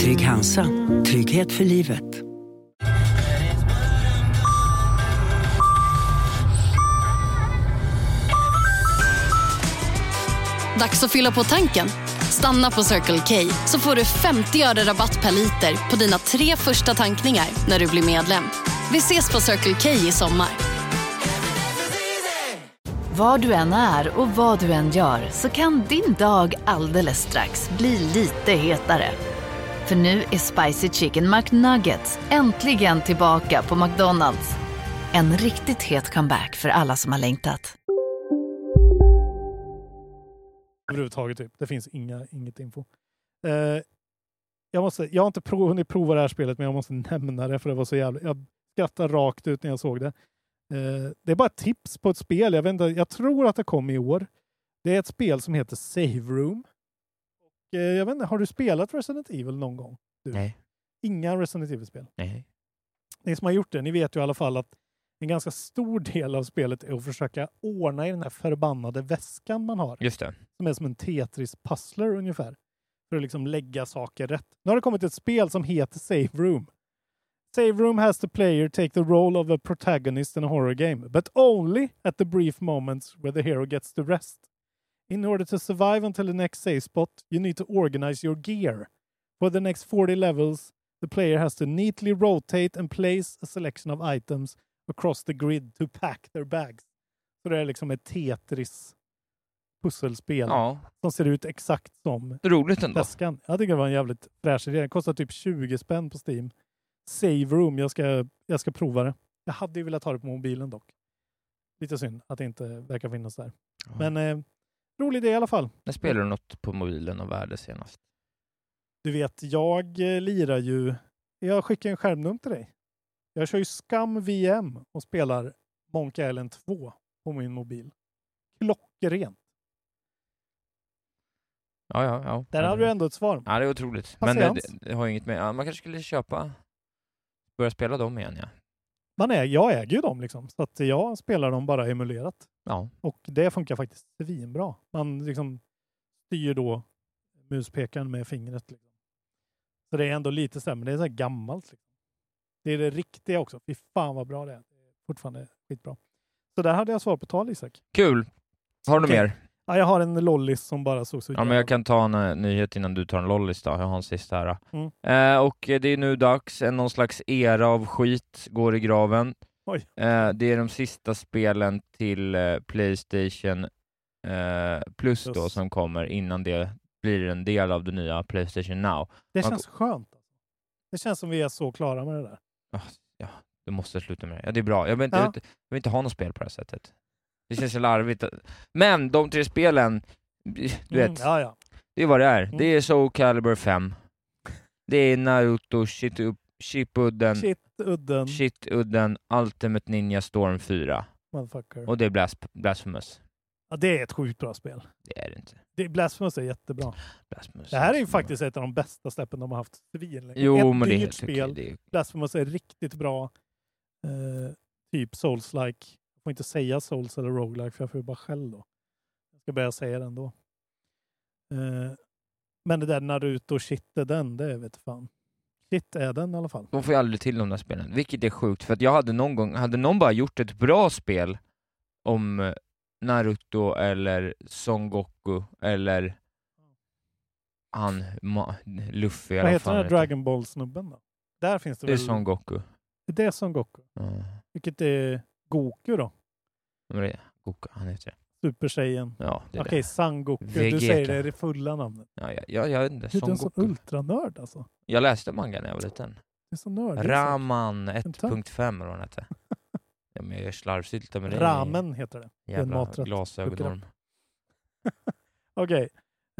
Trygg Hansa. Trygghet för livet.
Dags att fylla på tanken. Stanna på Circle K så får du 50 öre rabatt per liter på dina tre första tankningar när du blir medlem. Vi ses på Circle K i sommar.
Var du än är och vad du än gör så kan din dag alldeles strax bli lite hetare. För nu är Spicy Chicken McNuggets äntligen tillbaka på McDonalds. En riktigt het comeback för alla som har längtat.
överhuvudtaget. Typ. Det finns inga, inget info. Eh, jag, måste, jag har inte prov, hunnit prova det här spelet, men jag måste [LAUGHS] nämna det för det var så jävla... Jag skrattade rakt ut när jag såg det. Eh, det är bara ett tips på ett spel. Jag, vet inte, jag tror att det kom i år. Det är ett spel som heter Save Room. Och, eh, jag vet inte, har du spelat Resident Evil någon gång? Du?
Nej.
Inga Resident Evil-spel?
Nej.
Ni som har gjort det, ni vet ju i alla fall att en ganska stor del av spelet är att försöka ordna i den här förbannade väskan man har
Just det.
som är som en Tetris-puzzler ungefär. För att liksom lägga saker rätt. Nu har det kommit ett spel som heter Save Room. Save Room has the player take the role of a protagonist in a horror game, but only at the brief moments where the hero gets to rest. In order to survive until the next save spot, you need to organize your gear. For the next 40 levels, the player has to neatly rotate and place a selection of items across the grid to pack their bags. Så det är liksom ett Tetris pusselspel
Ja.
som ser ut exakt som
Roligt ändå.
väskan. Jag tycker det var en jävligt fräsch idé. Den kostar typ 20 spänn på Steam. Save Room, jag ska, jag ska prova det. Jag hade ju velat ha det på mobilen dock. Lite synd att det inte verkar finnas där. Men eh, rolig idé i alla fall.
När spelade du något på mobilen av värde senast?
Du vet, jag eh, lirar ju... Jag skickar en skärmdump till dig. Jag kör ju Scam VM och spelar Monkey Island 2 på min mobil. Klockrent.
Ja, ja, ja.
Där hade du ändå ett svar.
Ja, det är otroligt. Men det,
Patiens.
det har ju inget med... Ja, man kanske skulle köpa... Börja spela dem igen, ja.
Man är, jag äger ju dem liksom, så att jag spelar dem bara emulerat.
Ja.
Och det funkar faktiskt svinbra. Man liksom styr då muspekaren med fingret. Liksom. Så det är ändå lite så här, men det är så här gammalt. Liksom. Det är det riktiga också. Fy fan vad bra det är. Det är fortfarande skitbra. Så där hade jag svar på tal Isak.
Kul! Har du
Okej.
mer?
Ja, jag har en lollis som bara såg så
Ja, men jag kan ta en eh, nyhet innan du tar en lollis då. Jag har en sista här. då.
Mm.
Eh, och eh, det är nu dags. En- Någon slags era av skit går i graven.
Oj.
Eh, det är de sista spelen till eh, Playstation eh, Plus då
Plus.
som kommer innan det blir en del av det nya Playstation Now.
Det
Man-
känns skönt. Alltså. Det känns som vi är så klara med det där.
Ah, Ja, du måste sluta med det. Ja, det är bra. Jag vill inte,
Ja.
jag vill inte, jag vill inte ha något spel på det här sättet. Det känns så larvigt. Men de tre spelen, du vet,
Mm, ja, ja.
det är vad det är.
Mm.
Det är Soul Calibur 5. Det är Naruto, Shit- Shippuden,
Shit, udden,
Shitudden, Ultimate Ninja Storm 4.
motherfucker.
Och det är Blas- Blasphemous.
Ja, det är ett sjukt bra spel.
Det är det inte.
Det, Blasphemous är jättebra.
Blasphemous
Det här är ju
Blasphemous.
faktiskt ett av de bästa släppen de har haft svinlänge.
Jo,
ett
men det är
dyrt
helt
spel.
okej. Det är-
Blasphemous är riktigt bra. Eh, typ Souls-like. Jag får inte säga Souls eller Roguelike för jag får ju bara skäll då. Jag ska börja säga det ändå. Eh, men det där Naruto, shit är den, det vet fan. Shit är den i alla fall.
De får ju aldrig till de där spelen, vilket är sjukt för att jag hade någon gång, hade någon bara gjort ett bra spel om eh, Naruto eller Son Goku eller han, Ma, Luffy
Vad
eller
heter
fan
den där
heter.
Dragon Ball-snubben då? Där finns det,
Det är
väl...
Son Goku.
Det är Son Goku.
Ja,
Vilket är Goku då?
men det är Goku, han heter det.
Super-tjejen.
Ja, det är
Okej, San Goku. Du
Vegeta.
säger det, är det fulla namnet.
det. Ja, jag, jag, jag vet inte,
Du är
Son
en sån
Goku.
ultranörd alltså.
Jag läste manga när jag var liten.
Du är så nördig.
Raman
Vänta.
1.5 eller vad den hette. Ja, men jag är slarvsylta med det.
Ramen heter det. Det är en
Jävla
maträtt.
glasögonorm.
Okej.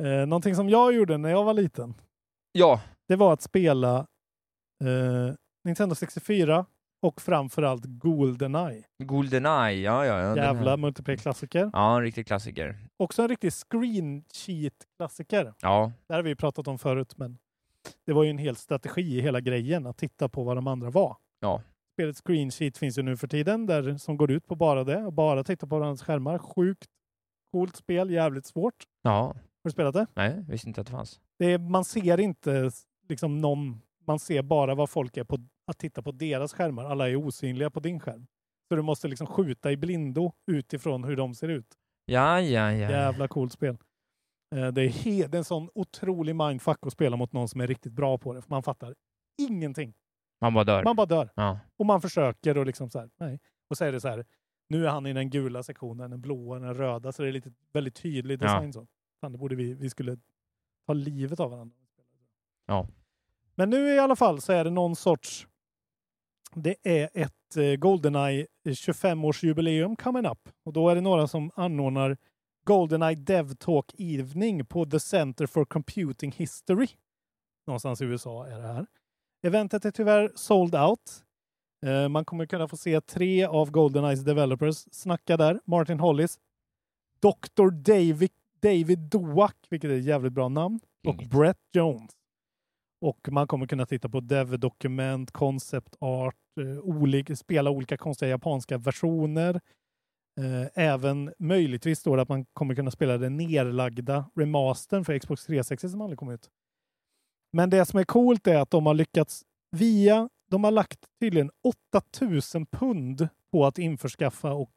Eh, någonting som jag gjorde när jag var liten,
Ja,
det var att spela eh, Nintendo 64 och framförallt Goldeneye.
Goldeneye, ja ja. ja den
Jävla
här.
multiplayer-klassiker.
Ja, en riktig klassiker.
Också en riktig screen cheat-klassiker.
Ja,
Det här har vi ju pratat om förut, men det var ju en hel strategi i hela grejen att titta på vad de andra var.
Ja.
Spelet Screen Sheet finns ju nu för tiden där som går ut på bara det och bara titta på varandras skärmar. Sjukt coolt spel, jävligt svårt.
ja.
Har du spelat det?
Nej, visste inte att det fanns.
det är, man ser inte liksom någon, man ser bara vad folk är på att titta på deras skärmar. Alla är osynliga på din skärm. Så du måste liksom skjuta i blindo utifrån hur de ser ut.
Ja, ja, ja.
Jävla coolt spel. Eh, Det är, he- det är en sån otrolig mindfuck att spela mot någon som är riktigt bra på det. För man fattar ingenting.
Man bara dör.
Man bara dör.
Ja.
Och man försöker och liksom så här, nej. Och så är det så här, nu är han i den gula sektionen, den blåa, den röda. Så det är lite väldigt tydlig
Ja.
design. Så. Fan, det borde vi, vi skulle ta livet av varandra.
Ja.
Men nu i alla fall så är det någon sorts, det är eh, ett eh, Goldeneye 25-årsjubileum coming up. Och då är det några som anordnar Goldeneye Dev Talk Evening på The Center for Computing History. Någonstans i USA är det här. Eventet är tyvärr sold out. Eh, Man kommer kunna få se tre av Goldeneyes developers snacka där. Martin Hollis, Dr. David, David Doak, vilket är ett jävligt bra namn, och Brett Jones. Och man kommer kunna titta på dev-dokument, concept art, eh, olik, spela olika konstiga japanska versioner. Eh, Även möjligtvis står det att man kommer kunna spela den nerlagda remastern för Xbox 360 som aldrig kom ut. Men det som är coolt är att de har lyckats via, de har lagt tydligen 8000 pund på att införskaffa och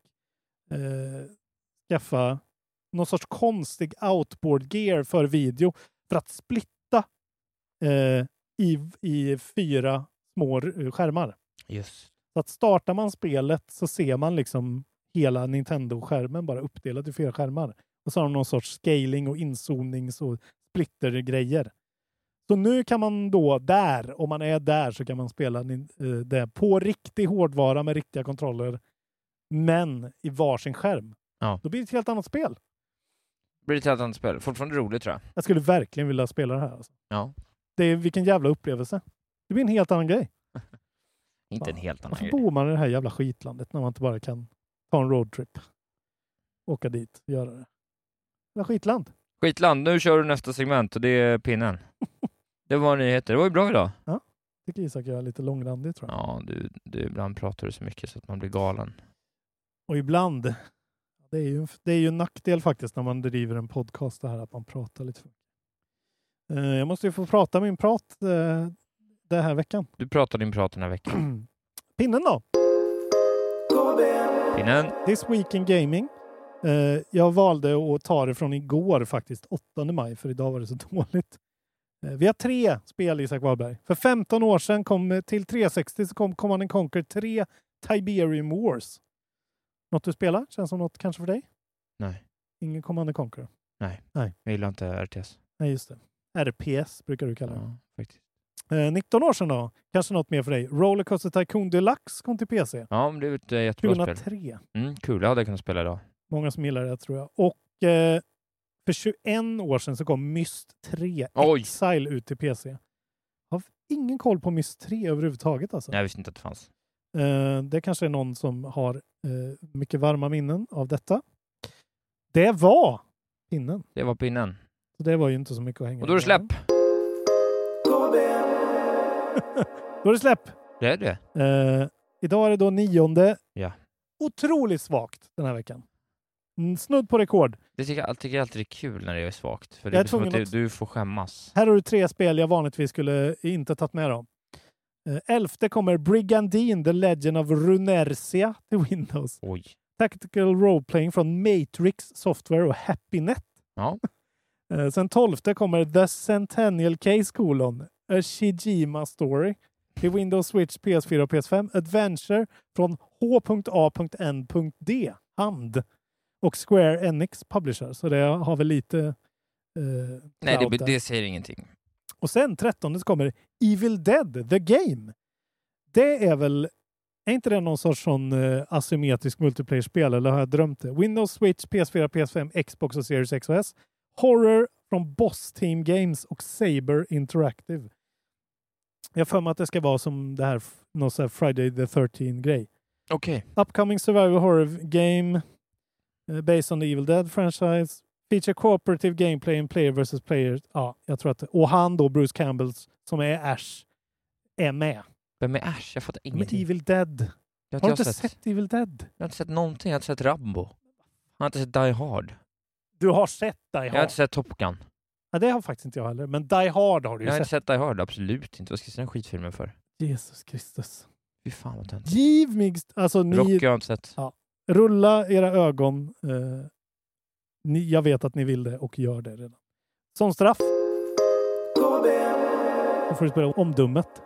eh, skaffa någon sorts konstig outboard gear för video för att splitta eh, i, i fyra små r- skärmar.
Just.
Så att startar man spelet så ser man liksom hela Nintendo-skärmen bara uppdelad i fyra skärmar. Och så har de någon sorts scaling och inzoomnings och splittergrejer. Så nu kan man då där, om man är där, så kan man spela nin- eh, det på riktig hårdvara med riktiga kontroller. Men i varsin skärm.
Ja.
Då blir det ett helt annat spel.
Blir det ett helt annat spel. Fortfarande roligt tror jag.
Jag skulle verkligen vilja spela det här. Alltså.
Ja.
Det är, vilken jävla upplevelse. Det blir en helt annan grej.
Inte en helt annan
Varför
grej.
bor man i det här jävla skitlandet när man inte bara kan ta en roadtrip? Åka dit och göra det. Jävla skitland.
Skitland, nu kör du nästa segment och det är
[LAUGHS]
pinnen. Det var nyheter. Det var ju bra idag.
tycker Isak jag är lite långrandig tror jag.
Ja, du, du, ibland pratar du så mycket så att man blir galen.
Och ibland, det är, ju, det är ju en nackdel faktiskt när man driver en podcast det här att man pratar lite för mycket. Eh, Jag måste ju få prata min prat eh, den här veckan. [CLEARS THROAT]
Du pratar din prat den här veckan.
Pinnen då?
Pinnen.
This Week in Gaming. Eh, jag valde att ta det från igår faktiskt, 8 maj, för idag var det så [LAUGHS] dåligt. Eh, vi har tre spel, Isak Wahlberg. För 15 år sedan kom eh, till 360 så kom Command Conquer 3 Tiberium Wars. Något du spelar? Känns som något kanske för dig?
Nej.
Ingen Command Conquer?
Nej.
Nej.
Jag gillar inte RTS.
Nej, just det. RPS brukar du kalla det.
Ja, faktiskt.
Eh, 19 år sedan då? Kanske något mer för dig? Rollercoaster Tycoon Deluxe kom till PC.
Ja, men det är ett eh, jättebra
2003.
spel. Mm, kul, det hade jag kunnat spela idag.
Många som gillar det tror jag. Och eh, för 21 år sedan så kom Myst 3
Oj.
Exile ut till PC. Jag har ingen koll på Myst 3 överhuvudtaget alltså.
Nej, jag visste inte att det fanns.
Eh, det kanske är någon som har eh, mycket varma minnen av detta. Det var pinnen.
Det var pinnen.
Så det var ju inte så mycket att hänga
Och då är det släpp.
Då är det släpp!
Det är det.
Eh, idag är det då nionde.
Ja.
Otroligt svagt den här veckan. Mm, Snudd på rekord.
Det tycker jag, tycker jag alltid är kul när det är svagt. För
Jag
det
är
blir som att
tvungen
du,
att-
du får skämmas.
Här har du tre spel jag vanligtvis skulle inte tagit med dem. Eh, elfte kommer Brigandine, The Legend of Runersia till Windows.
Oj.
Tactical Roleplaying från Matrix Software och HappyNet. [LAUGHS]
Ja.
Eh, sen tolfte kommer The Centennial Case colon, A Shijima Story till Windows, Switch, PS4 och PS5. Adventure från H.A.N.D. Hand och Square Enix Publisher. Så det har väl lite... eh,
Nej,
clout
det,
där.
det säger ingenting.
Och sen 13 så kommer Evil Dead, The Game. Det är väl, är inte det någon sorts sån eh, asymmetrisk multiplayer-spel eller har jag drömt det? Windows, Switch, PS4, PS5, Xbox och Series X och S. Horror från Boss Team Games och Saber Interactive. Jag har för mig att det ska vara som det här, f- någon sån här Friday the 13-grej.
Okej.
Upcoming survival horror game eh, based on the Evil Dead franchise. Feature cooperative gameplay and player versus player. Ja, jag tror att Och han då, Bruce Campbell, som är Ash, är med.
Vem är Ash? Jag fattar
Med
ingenting.
Evil Dead.
Mm. Jag
Har du
jag
inte sett. Evil Dead?
Jag har inte sett någonting. Jag har inte sett Rambo. Jag har inte sett Die Hard.
Du har sett
Jag
Die
har
Hard?
inte sett Top Gun.
Ja, det har faktiskt inte jag heller. Men Die Hard har du
Jag har
ju sett.
inte sett Die Hard, absolut inte. Vad ska jag se den skitfilmen för?
Jesus Kristus.
Fy fan vad töntigt.
Give me... Alltså, ni...
Rocky har jag inte sett.
Ja. Rulla era ögon. Eh, ni, jag vet att ni vill det och gör det redan. Som straff. Då får du spela omdummet.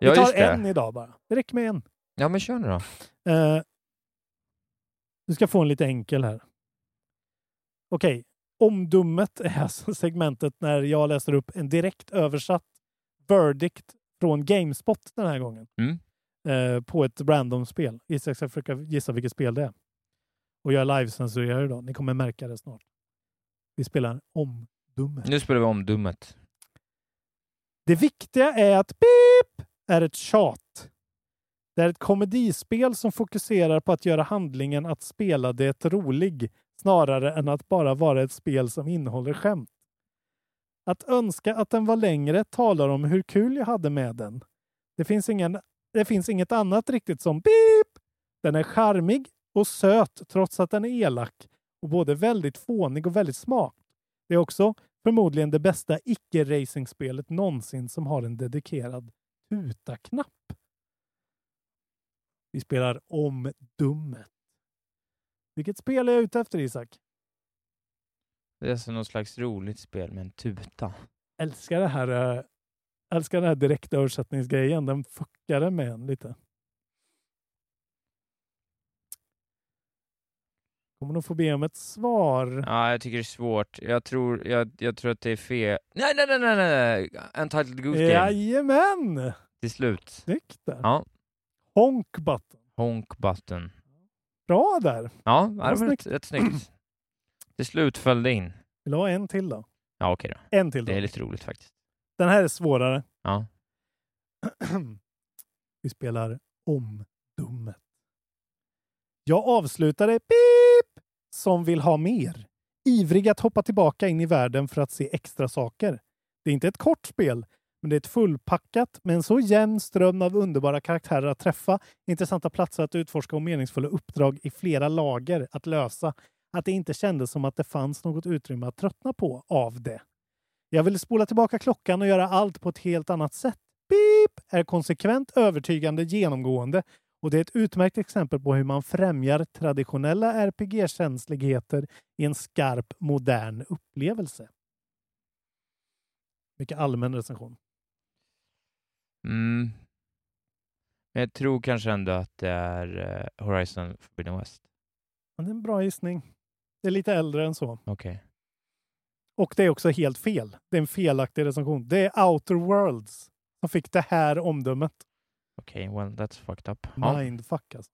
Vi
Ja,
tar
just det.
en idag bara. Det räcker med en.
Ja, men kör nu då.
Eh, du ska få en lite enkel här. Okej. Omdummet är alltså [LAUGHS] segmentet när jag läser upp en direkt översatt verdict från Gamespot den här gången.
Mm.
Eh, på ett random spel. Isak ska försöka gissa vilket spel det är. Och jag livecensurerar idag. Ni kommer märka det snart. Vi spelar om dummet.
Nu spelar vi om dummet.
Det viktiga är att pip är ett tjat. Det är ett komedispel som fokuserar på att göra handlingen att spela det rolig snarare än att bara vara ett spel som innehåller skämt. Att önska att den var längre talar om hur kul jag hade med den. Det finns, ingen, det finns inget annat riktigt som pip. Den är charmig och söt trots att den är elak och både väldigt fånig och väldigt smart. Det är också förmodligen det bästa icke-racingspelet någonsin som har en dedikerad tuta-knapp. Vi spelar om dummet. Vilket spel är jag ute efter, Isak?
Det är alltså något slags roligt spel med en tuta.
Älskar det här, eh, älskar den här direkta översättningsgrejen. Den fuckade med en lite. Kommer nog få be om ett svar.
Ja, jag tycker det är svårt. Jag tror, jag, jag tror att det är fel. Nej, nej, nej, nej, nej! Untitled Goose Game.
Jajamän!
Till slut.
Snyggt där.
Ja.
Honk button.
Honk button.
Bra där.
Ja, det var
snyggt.
rätt, rätt snyggt. Till slut föll det in.
Vill du ha en till då?
Ja, okej då.
En till då.
Det är lite roligt faktiskt.
Den här är svårare.
Ja.
Vi spelar om dummet. Jag avslutar det pip som vill ha mer. Ivrig att hoppa tillbaka in i världen för att se extra saker. Det är inte ett kort spel, men det är ett fullpackat med en så jämn ström av underbara karaktärer att träffa, intressanta platser att utforska och meningsfulla uppdrag i flera lager att lösa, att det inte kändes som att det fanns något utrymme att tröttna på av det. Jag vill spola tillbaka klockan och göra allt på ett helt annat sätt. Beep är konsekvent, övertygande, genomgående och det är ett utmärkt exempel på hur man främjar traditionella RPG-känsligheter i en skarp, modern upplevelse. Mycket allmän recension.
Mm. Men jag tror kanske ändå att det är eh, Horizon Forbidden West.
Men det är en bra gissning. Det är lite äldre än så.
Okej.
Och det är också helt fel. Det är en felaktig recension. Det är Outer Worlds som fick det här omdömet.
Okej, well that's fucked up. Ja,
Mindfuck alltså.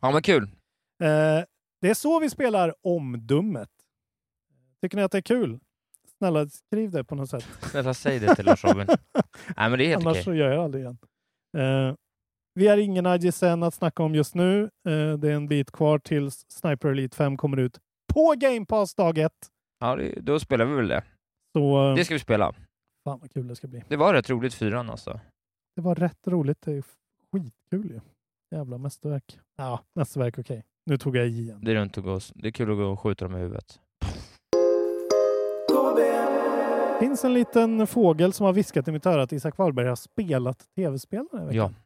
ja men kul.
Eh, det är så vi spelar omdummet. Tycker ni att det är kul? Snälla skriv det på något sätt.
Snälla säg det till Lars
[LAUGHS]
Robin. Nej men det är helt
Annars
okej.
så gör jag det aldrig igen. Eh, vi har ingen IGSN att snacka om just nu. Eh, det är en bit kvar tills Sniper Elite 5 kommer ut på Game Pass dag ett.
Ja, det, då spelar vi väl det.
Så eh,
Det ska vi spela.
fan vad kul det ska bli.
Det var rätt roligt fyran alltså.
Det var rätt roligt. Det är skitkul ju. Jävla mästerverk. Ja, mästerverk okej. Nu tog jag i igen.
Det är runt att gå, det är kul att gå och skjuta dem i huvudet.
finns en liten fågel som har viskat i mitt öra att Isak Wahlberg har spelat tv-spel den här veckan.
Ja, ska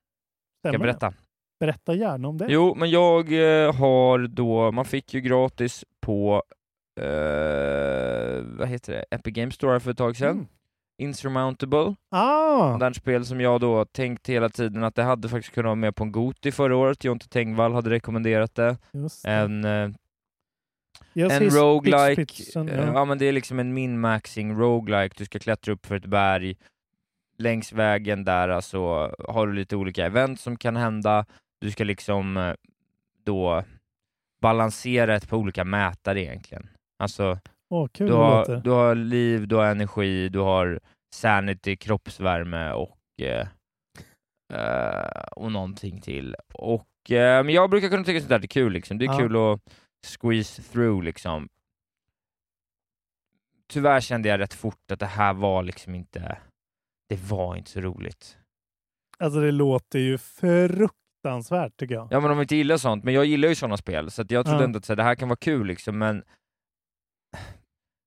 jag
Stämmer det?
berätta?
Berätta gärna om det.
Jo, men jag eh, har då, man fick ju gratis på, eh, vad heter det, Epic Games Store för ett tag sedan.
Mm.
Insurmountable,
Ah,
ah. den spel som jag då tänkt hela tiden att det hade faktiskt kunnat vara med på en Goti förra året, Jonte Tengvall hade rekommenderat det.
just det.
En, eh,
Jag ser
en roguelike,
spitspitsen,
eh, ja men det är liksom en min-maxing roguelike, du ska klättra upp för ett berg, längs vägen där alltså, har du lite olika event som kan hända, du ska liksom eh, då balansera ett par olika mätare egentligen. Alltså,
Åh, kul
du
det
har,
låter.
du har liv, du har energi, du har sanity, kroppsvärme och, eh, eh, och någonting till. Och, eh, men jag brukar kunna tycka sånt där är kul, liksom. det är
Ja.
kul att squeeze through liksom. Tyvärr kände jag rätt fort att det här var liksom inte, det var inte så roligt.
Alltså det låter ju fruktansvärt tycker jag.
Ja men de inte gillar sånt, men jag gillar ju sådana spel, så att jag trodde
Ja.
ändå att så här, det här kan vara kul liksom, men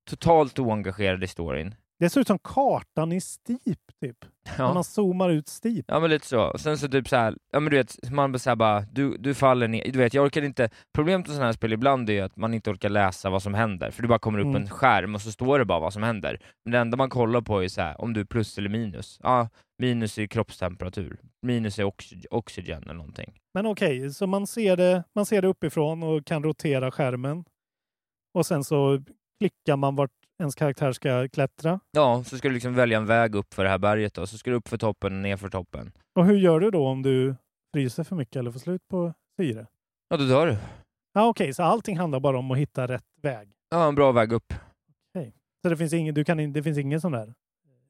totalt oengagerad i storyn.
Det ser ut som kartan i Steep typ.
Ja.
När man zoomar ut Steep.
Ja men lite så, Och sen så typ såhär, ja men du vet, man bara, så här bara du, du faller ner, du vet jag orkar inte, problemet med sådana här spel ibland är ju att man inte orkar läsa vad som händer, för det bara kommer upp
Mm.
en skärm och så står det bara vad som händer. Men det enda man kollar på är så här, om du är plus eller minus. Ja, minus är kroppstemperatur, minus är oxy- oxygen eller någonting.
Men okej, så man ser, det, man ser det uppifrån och kan rotera skärmen. Och sen så klickar man vart ens karaktär ska klättra.
Ja, så ska du liksom välja en väg upp för det här berget då, så ska du upp för toppen och ner för toppen.
Och hur gör du då om du fryser för mycket eller får slut på syre?
Ja, då dör du.
Ja, Okej, så allting handlar bara om att hitta rätt väg.
Ja, en bra väg upp.
Så det finns ingen, du kan, in- det finns ingen sån där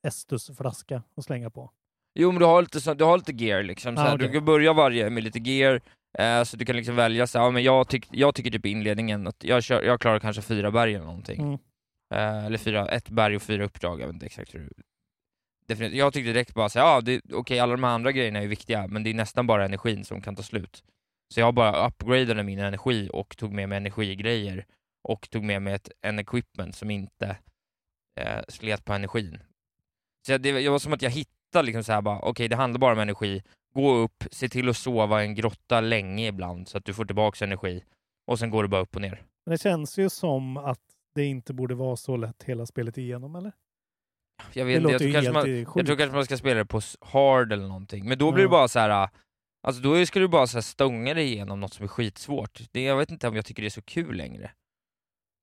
Estus-flaska att slänga på?
Jo men du har lite, så, du har lite gear liksom, så
Ja,
här,
okej.
du kan börja varje med lite gear, eh, så du kan liksom välja så här, ja, men jag, tyck, jag tycker typ i inledningen att jag, kör, jag klarar kanske fyra berg eller någonting.
Mm.
Eh, eller fyra, ett berg och fyra uppdrag, jag vet inte exakt hur Definitivt. Jag tyckte direkt bara så här, ja det- okej alla de här andra grejerna är ju viktiga, men det är nästan bara energin som kan ta slut. Så jag bara upgradade min energi och tog med mig energigrejer och tog med mig ett, en equipment som inte eh, slet på energin. Så jag, det, jag var som att jag hittade liksom så här bara, okej det handlar bara om energi, gå upp, se till att sova i en grotta länge ibland så att du får tillbaka energi och sen går det bara upp och ner.
Men det känns ju som att det inte borde vara så lätt hela spelet igenom, eller?
Jag,
Det
vet, inte,
låter
jag, tror
ju
kanske man,
helt, eh,
jag
sjukt.
tror kanske man ska spela det på s- hard eller någonting, men då blir
Ja.
det bara så här. Alltså då ska du bara så här stånga dig igenom något som är skitsvårt. Det, jag vet inte om jag tycker det är så kul längre.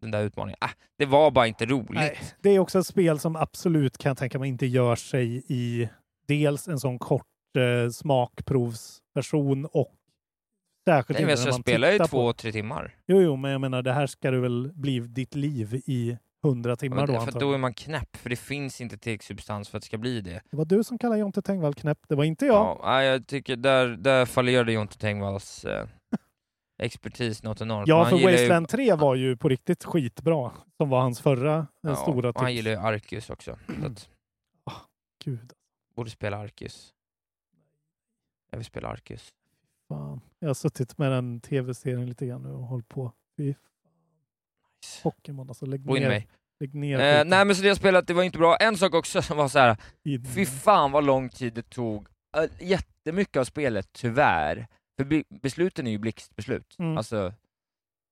Den där utmaningen. Ah, det var bara inte roligt.
Nej, det är också ett spel som absolut kan jag tänka mig inte gör sig i dels en sån kort eh, smakprovsversion och särskilt
Nej, men
inte när
jag
man
spelar ju
tittar
två,
på.
tre timmar.
Jo, jo, men jag menar det här ska du väl bli ditt liv i hundra timmar
Men,
då
för
antagligen.
då är man knäpp, för det finns inte tillräckligt substans för att det ska bli det.
Det var du som kallade Jonte Tengvall knäpp, det var inte jag.
Ja, nej, jag tycker där, där fallerade Jonte Tengvalls eh, expertis något enormt. Men
Ja,
han
för
gillar ju-
Wasteland 3 var ju på riktigt skitbra, som var hans förra eh,
ja,
stora
och
tips.
Han gillar ju Arcus också. Så att,
Gud,
borde spela Arcus. Jag vill spela Arcus.
fan. Jag har suttit med den tv-serien lite grann nu och hållit på. Fy fan. Pokémon alltså, lägg
Gå in
ner.
mig.
Lägg ner
Eh,
skiten.
nej men så det jag spelat, det var inte bra. En sak också som var så här. fy fan vad lång tid det tog. Eh, jättemycket av spelet, tyvärr. För be- besluten är ju blixtbeslut.
Mm.
Alltså,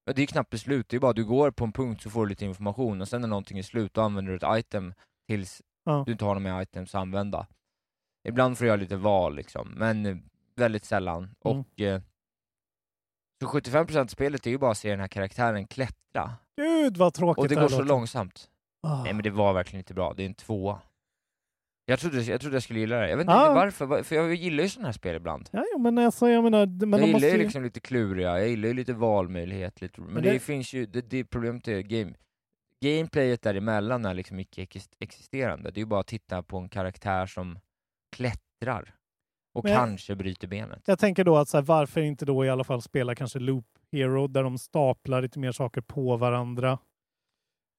ja, det är ju knappt beslut, det är bara du går på en punkt så får du lite information och sen när någonting är slut då använder du ett item tills
Ja.
du inte har några mer items att använda. Ibland får jag lite val liksom, men eh, väldigt sällan.
Mm.
Och, eh, så 75% av spelet är ju bara att se den här karaktären klättra.
Gud vad tråkigt
Och det
här
går så
låter.
långsamt.
Ah.
Nej men det var verkligen inte bra, det är en tvåa. Jag trodde jag, trodde jag skulle gilla det, jag vet inte
Ja.
riktigt varför, va- för jag gillar ju sådana här spel ibland.
Ja, jo, men alltså, jag menar, d- men
jag
de
gillar
måste
ju
ju...
liksom lite kluriga, jag gillar ju lite valmöjlighet, lite, men,
Men
det,
det-
finns ju, det, det problemet är game, gameplayet däremellan är liksom icke exis- existerande, det är ju bara att titta på en karaktär som klättrar och
Men-
kanske bryter benet.
Jag tänker då att så här, varför inte då i alla fall spela kanske Loop Hero där de staplar lite mer saker på varandra.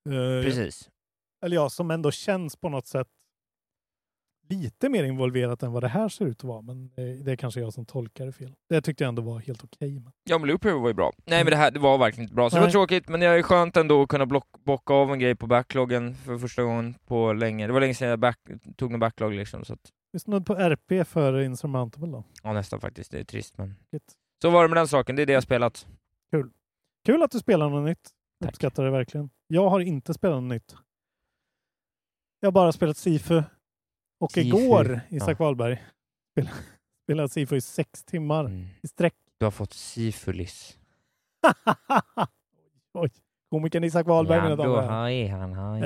Eh,
Precis.
Eller ja, som ändå känns på något sätt lite mer involverat än vad det här ser ut att vara. Men eh, det är kanske jag som tolkar det fel. Det tyckte jag ändå var helt okej. men-
Ja men Loop Hero var ju bra. Nej men det här det var verkligen inte bra, så det var
Mm. Nej.
tråkigt men det är skönt ändå att kunna block, bocka av en grej på backloggen för första gången på länge. Det var länge sedan jag back, tog en backlog liksom så att,
Vi snudd på RP för Insurmountable då.
ja nästan faktiskt, det är trist men.
Shit.
Så var det med den saken, det är det jag spelat.
Kul att du spelar något nytt. Jag uppskattar det verkligen. Jag har inte spelat något nytt. Jag har bara spelat Sifu. Och
Sifu,
igår, Isak
ja.
Wahlberg, [LAUGHS] spelade, spelade Sifu i sex timmar
Mm.
i sträck. [LAUGHS]
Du har fått syfilis.
Oj, komikern Isak Wahlberg mina damer
då,
och herrar.
hej, han, hej.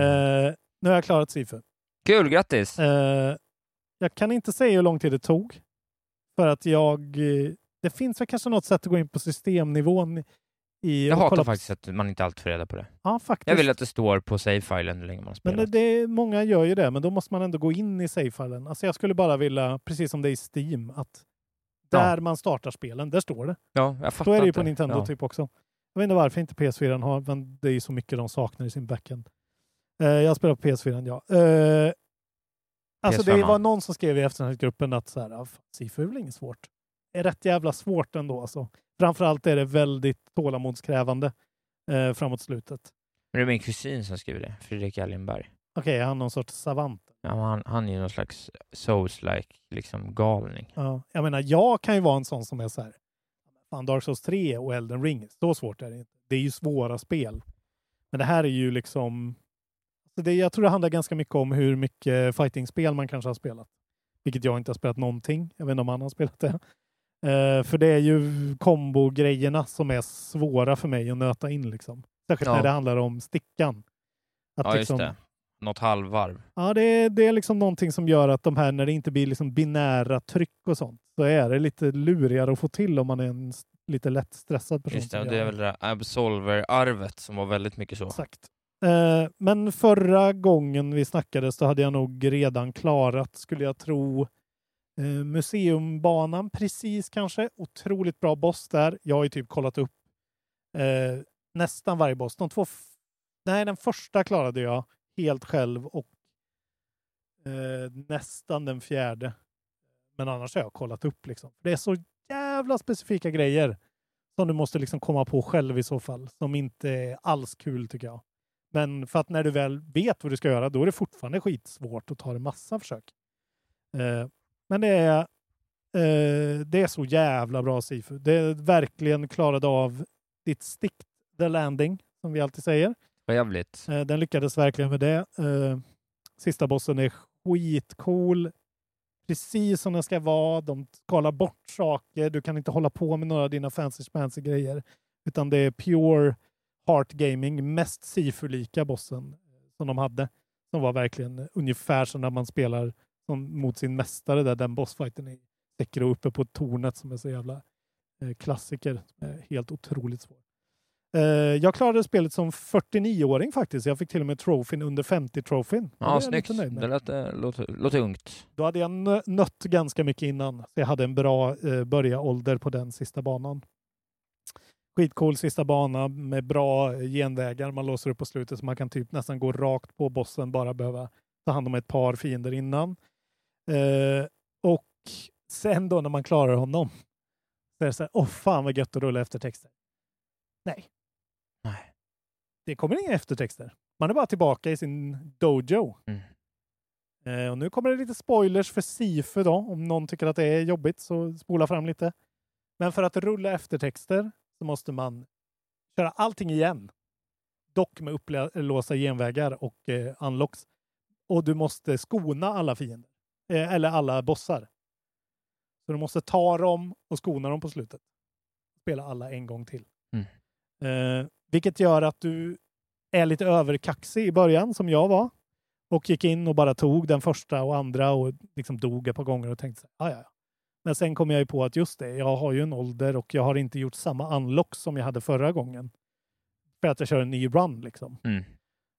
Eh, nu har jag klarat Sifu.
Kul, grattis!
Eh, jag kan inte säga hur lång tid det tog. För att jag... eh, Det finns väl kanske något sätt att gå in på systemnivån i...
jag
och kolla
hatar
på-
faktiskt att man inte alltid får reda på det.
Ja, faktiskt.
Jag vill att det står på save-filen hur länge man har
Men
spelat.
det, det, många gör ju det, men då måste man ändå gå in i save-filen. Alltså jag skulle bara vilja, precis som det är i Steam, att där man startar spelen, där står det.
Ja, jag fattar
Så är det ju
inte.
på Nintendo
Ja.
typ också. Jag vet inte varför inte PS4 har, men det är ju så mycket de saknar i sin backend. Eh, jag spelar på PS4, ja. Eh, alltså det
PS5.
var någon som skrev i efterhandsgruppen att så här, ah, fan, Sifu är väl inget svårt. Det är rätt jävla svårt ändå alltså. Framförallt är det väldigt tålamodskrävande eh, framåt slutet.
Men det är min kusin som skriver det, Fredrik Allenberg.
Okej, är han någon sorts savant?
Ja, men han, han är ju någon slags souls-like liksom, galning.
Ja, jag menar, jag kan ju vara en sån som är så här. Fan, Dark Souls 3 och Elden Ring, så svårt är det inte. Det är ju svåra spel. Men det här är ju liksom... Så det, jag tror det handlar ganska mycket om hur mycket fightingspel man kanske har spelat. Vilket jag inte har spelat någonting. Jag vet inte om han har spelat det. Eh, för det är ju kombo-grejerna som är svåra för mig att nöta in. Liksom. Särskilt
Ja.
när det handlar om stickan. Att
ja, just
liksom,
det. Något halvvarv.
Ja, det är, det är liksom någonting som gör att de här, när det inte blir liksom binära tryck och sånt, så är det lite lurigare att få till om man är en s- lite lätt stressad person.
Just det,
som
och
gör
det är väl det där Absolver-arvet som var väldigt mycket så.
Exakt. Eh, Men förra gången vi snackades så hade jag nog redan klarat, skulle jag tro, eh, Museumbanan precis kanske. Otroligt bra boss där. Jag har ju typ kollat upp eh, nästan varje boss. De två... f- Nej, den första klarade jag helt själv och eh, nästan den fjärde. Men annars har jag kollat upp liksom. Det är så jävla specifika grejer som du måste liksom komma på själv i så fall, som inte är alls kul tycker jag. Men för att när du väl vet vad du ska göra, då är det fortfarande skitsvårt och tar en massa försök. Eh, men det är, eh, det är så jävla bra Sifu. Det är verkligen klarade av ditt stick the landing, som vi alltid säger.
Vad jävligt.
Eh, Den lyckades verkligen med det. Eh, Sista bossen är skitcool. Precis som den ska vara. De skalar bort saker. Du kan inte hålla på med några av dina fancy fancy grejer. Utan det är pure heart gaming. Mest Sifu-lika bossen eh, som de hade. Som var verkligen ungefär som när man spelar som mot sin mästare där, den bossfighten i Sekiro uppe på tornet som är så jävla eh, klassiker. Som är helt otroligt svår. Eh, jag klarade spelet som 49-åring faktiskt. Jag fick till och med trofin under 50-trofin.
Ja, snyggt. Det lät, eh, låter, låter ungt.
Då hade jag nö- nött ganska mycket innan, så jag hade en bra eh, börjaålder på den sista banan. Skitcool sista bana med bra eh, genvägar man låser upp på slutet så man kan typ nästan gå rakt på bossen, bara behöva ta hand om ett par fiender innan. Eh, och sen då när man klarar honom, så är det så här, åh fan vad gött att rulla eftertexter. Nej.
Nej.
Det kommer inga eftertexter. Man är bara tillbaka i sin dojo. Eh, och nu kommer det lite spoilers för Sifu då. Om någon tycker att det är jobbigt så spola fram lite. Men för att rulla eftertexter så måste man köra allting igen. Dock med upplåsta genvägar och eh, unlocks. Och du måste skona alla fiender. Eh, eller alla bossar. Så du måste ta dem och skona dem på slutet. Spela alla en gång till. Eh, vilket gör att du är lite överkaxig i början, som jag var. Och gick in och bara tog den första och andra och liksom dog ett par gånger och tänkte så här, "Ah, ja, ja. Men sen kom jag ju på att just det, jag har ju en ålder och jag har inte gjort samma unlock som jag hade förra gången. För att jag kör en ny run liksom.
Mm.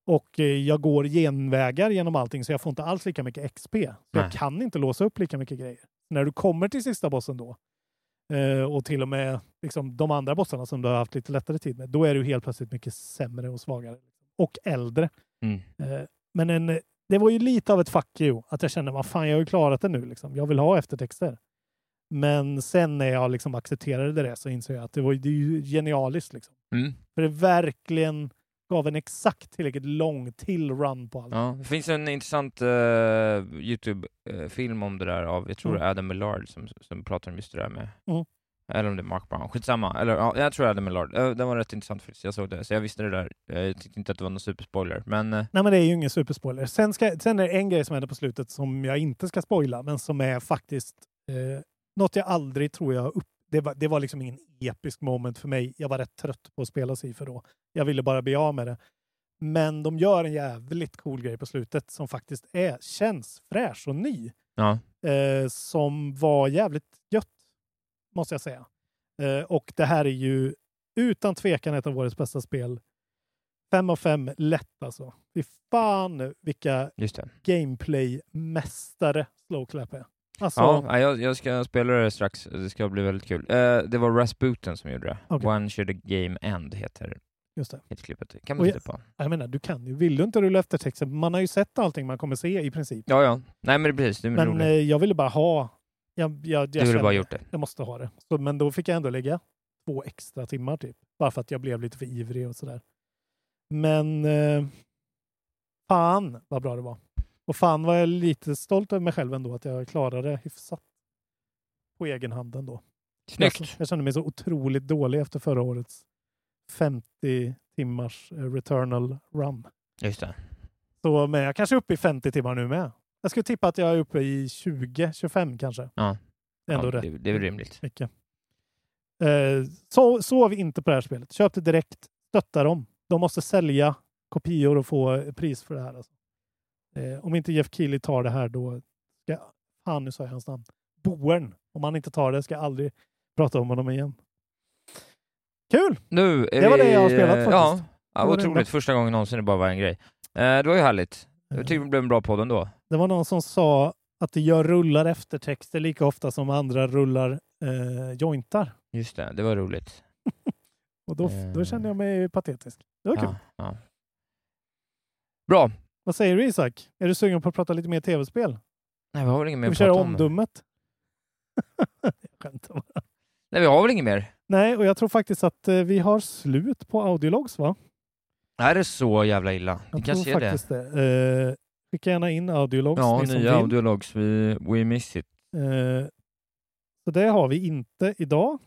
Och eh, jag går genvägar genom allting så jag får inte alls lika mycket XP. Så
Nej.
jag kan inte låsa upp lika mycket grejer. När du kommer till sista bossen då eh, och till och med liksom, de andra bossarna som du har haft lite lättare tid med, då är du helt plötsligt mycket sämre och svagare. liksom. Och äldre.
Mm.
Eh, Men en, det var ju lite av ett fuck you, att jag kände vad fan, jag har ju klarat det nu, liksom. jag vill ha eftertexter. Men sen när jag liksom accepterade det så insåg jag att det, var, ju- det är ju genialiskt. Liksom.
Mm.
För det verkligen gav en exakt tillräckligt lång till run på allt.
Ja, det finns en intressant eh, Youtube-film om det där av, jag tror det är Adam Millard som, som pratar om just det där med,
Mm.
eller om det är Mark Brown, skitsamma. Eller ja, jag tror Adam Millard. Eh, den var rätt intressant faktiskt, jag såg det. Så jag visste det där. Eh, jag tyckte inte att det var någon superspoiler, men eh,
Nej men det är ju ingen superspoiler. Sen, ska, sen är det en grej som händer på slutet som jag inte ska spoila, men som är faktiskt eh, något jag aldrig tror jag upp... Det var, det var liksom ingen episk moment för mig. Jag var rätt trött på att spela Sifu då. Jag ville bara bli av med det. Men de gör en jävligt cool grej på slutet som faktiskt är, känns fräsch och ny
ja.
eh, som var jävligt gött, måste jag säga. Eh, och det här är ju utan tvekan ett av årets bästa spel. Fem av fem lätt alltså. Fy fan vilka
Just det.
gameplay-mästare Slow Clap är. Alltså,
Ja, nej, jag, jag ska spela det strax, det ska bli väldigt kul. Eh, det var Rasputin som gjorde det.
Okej.
When should a game end heter
just det.
heter klippet. kan
Och
man
jag-
titta på.
Jag menar, du kan ju. Vill du inte rulla eftertexten? Man har ju sett allting man kommer se i princip.
Ja, ja. Nej men det är precis, det är
Men eh,
roligt.
jag ville bara ha... Jag, jag, jag
Du ville
kände-
bara gjort det.
Jag måste ha det. Så, men då fick jag ändå lägga två extra timmar typ. Bara för att jag blev lite för ivrig och sådär. Men eh, fan vad bra det var. Och fan var jag lite stolt över mig själv ändå att jag klarade det hyfsat på egen hand ändå.
Snyggt.
Jag, jag kände mig så otroligt dålig efter förra årets 50 timmars eh, returnal run.
Just det.
Så, men jag kanske är uppe i 50 timmar nu med. Jag skulle tippa att jag är uppe i 20-25 kanske.
Ja.
Ändå
ja,
rätt
det, det är väl rimligt.
mycket. Eh, så, sov inte på det här spelet. Köp det direkt. Stötta dem. De måste sälja kopior och få pris för det här. Alltså. Eh, om inte Jeff Keely tar det här då ska... Fan, nu sa jag hans namn. Boern. Om han inte tar det ska jag aldrig prata om honom igen. Kul!
Nu är
Det var
vi,
det jag har spelat faktiskt.
Ja,
Det
ja
var det enda.
otroligt. Första gången någonsin det bara var en grej. Eh, det var ju härligt.
Mm.
Jag tycker det typ- blev en bra podd ändå.
Eh, Det var någon som sa att jag rullar eftertexter lika ofta som andra rullar eh, jointar.
Just det, det var roligt.
Och då, då kände jag mig patetisk. Det var kul.
Ja, ja. Bra.
Vad säger du Isak? Är du sugen på att prata lite mer tv-spel?
Nej, vi har väl inget mer
Ska vi
att
köra
prata om?
[LAUGHS] omdummet?
Nej, vi har väl inget mer?
Nej, och jag tror faktiskt att eh, vi har slut på audiologs va?
Det här är så jävla illa. Ni
Jag
kan
tror
se det.
faktiskt det. Eh, skicka gärna in audiologs
Ja,
ni som
nya
vill.
audiologs. We, we miss it.
Eh, så det har vi inte idag.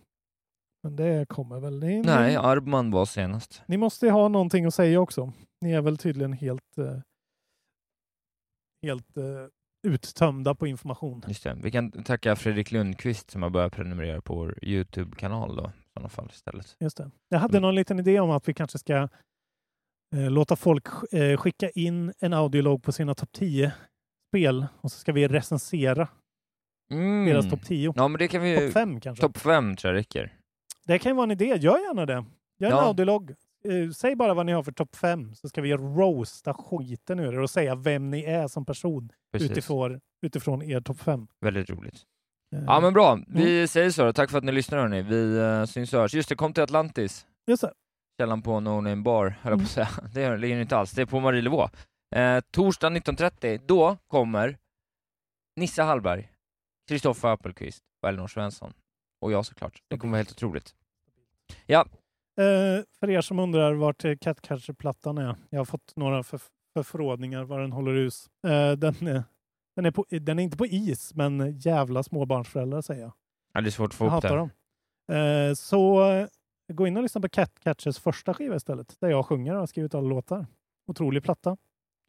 Men det kommer väl in.
Nej, Arbman var senast.
Ni måste ju ha någonting att säga också. Ni är väl tydligen helt, eh, helt eh, uttömda på information.
Just det. Vi kan tacka Fredrik Lundqvist som har börjat prenumerera på vår Youtube-kanal då, i sådana fall istället.
Just det. Jag hade
Mm.
någon liten idé om att vi kanske ska eh, låta folk sk- eh, skicka in en audiolog på sina topp 10-spel och så ska vi recensera
Mm.
deras topp 10.
Ja, men det kan vi...
Topp fem kanske.
Topp fem tror jag räcker.
Det kan ju vara en idé. Gör gärna det. Gör en
Ja.
audiolog. Eh, säg bara vad ni har för topp 5 så ska vi roasta skiten ur er och säga vem ni är som person
Precis.
utifrån, utifrån er topp Eh, 5.
Väldigt roligt. Ja men bra, vi
Mm.
säger så då. Tack för att ni lyssnar hörni. Vi uh, syns och hörs. Just det, kom till Atlantis.
Just det.
Källan på No Name Bar, höll jag på att säga.
Mm.
[LAUGHS] Det ligger inte alls, det är på Marielevå. Eh, torsdag 19.30, då kommer Nissa Hallberg, Kristoffer Appelqvist och Elinor Svensson. Och jag såklart. Det kommer vara helt otroligt. Ja,
Eh, för er som undrar vart eh, Catcatcher-plattan är. Jag har fått några för, förfrågningar var den håller hus. Eh, den, är, den, är på, den är inte på is, men jävla småbarnsföräldrar säger jag.
ja, det är svårt att få
Jag
ihop
hatar
det.
dem. Eh, så eh, gå in och lyssna på Catcatchers första skiva istället, där jag sjunger och har skrivit alla låtar. Otrolig platta.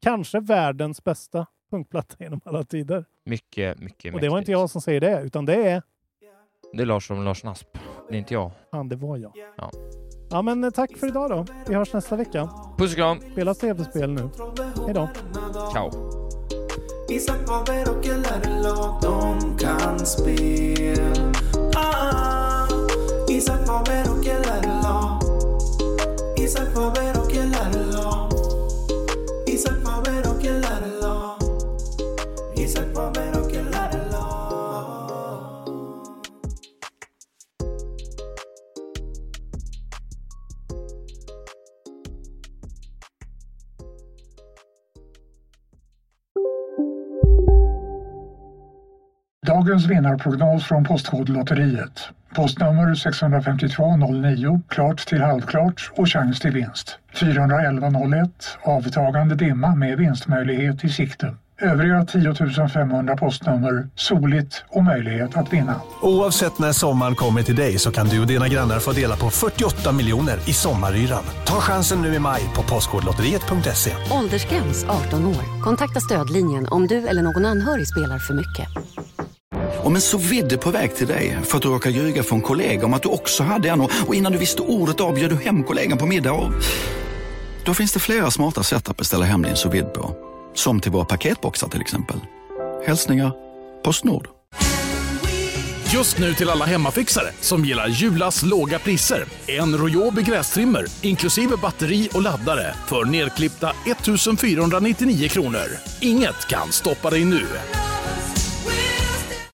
Kanske världens bästa punkplatta [LAUGHS] genom alla tider.
Mycket, mycket
Och det var
mäktigt.
inte jag som säger det, utan det är...
Det är Lars som Lars Nasp. Det är inte jag.
Fan, det var jag.
Ja.
Ja, men eh, tack för idag då. Vi hörs nästa vecka.
Puss och kram.
Spela tv-spel nu. Hej då.
Ciao.
Isak Wahlberg och Ella lag de kan spel. Ah, Isak Wahlberg och Ella lag. Isak Wahlberg och Ella lag. Isak Wahlberg och Ella lag. Isak Wahlberg och Ella lag.
Dagens vinnarprognos från Postkodlotteriet. Postnummer 65209, klart till halvklart och chans till vinst. 41101, avtagande dimma med vinstmöjlighet i sikte. Övriga 10 500 postnummer, soligt och möjlighet att vinna.
Oavsett när sommaren kommer till dig så kan du och dina grannar få dela på 48 miljoner i sommaryran. Ta chansen nu i maj på Postkodlotteriet.se.
Åldersgräns 18 år. Kontakta stödlinjen om du eller någon anhörig spelar för mycket.
Om en så vidde på väg till dig för att du råkar ljuga från kollega om att du också hade en och och innan du visste ordet av bjöd du hem kollegan på middag och... Då finns det flera smarta sätt att beställa hem din sous vide på. Som till våra paketboxar till exempel. Hälsningar Postnord.
Just nu till alla hemmafixare som gillar Julas låga priser. En royobi grästrimmer inklusive batteri och laddare för nedklippta 1499 kronor. Inget kan stoppa dig nu.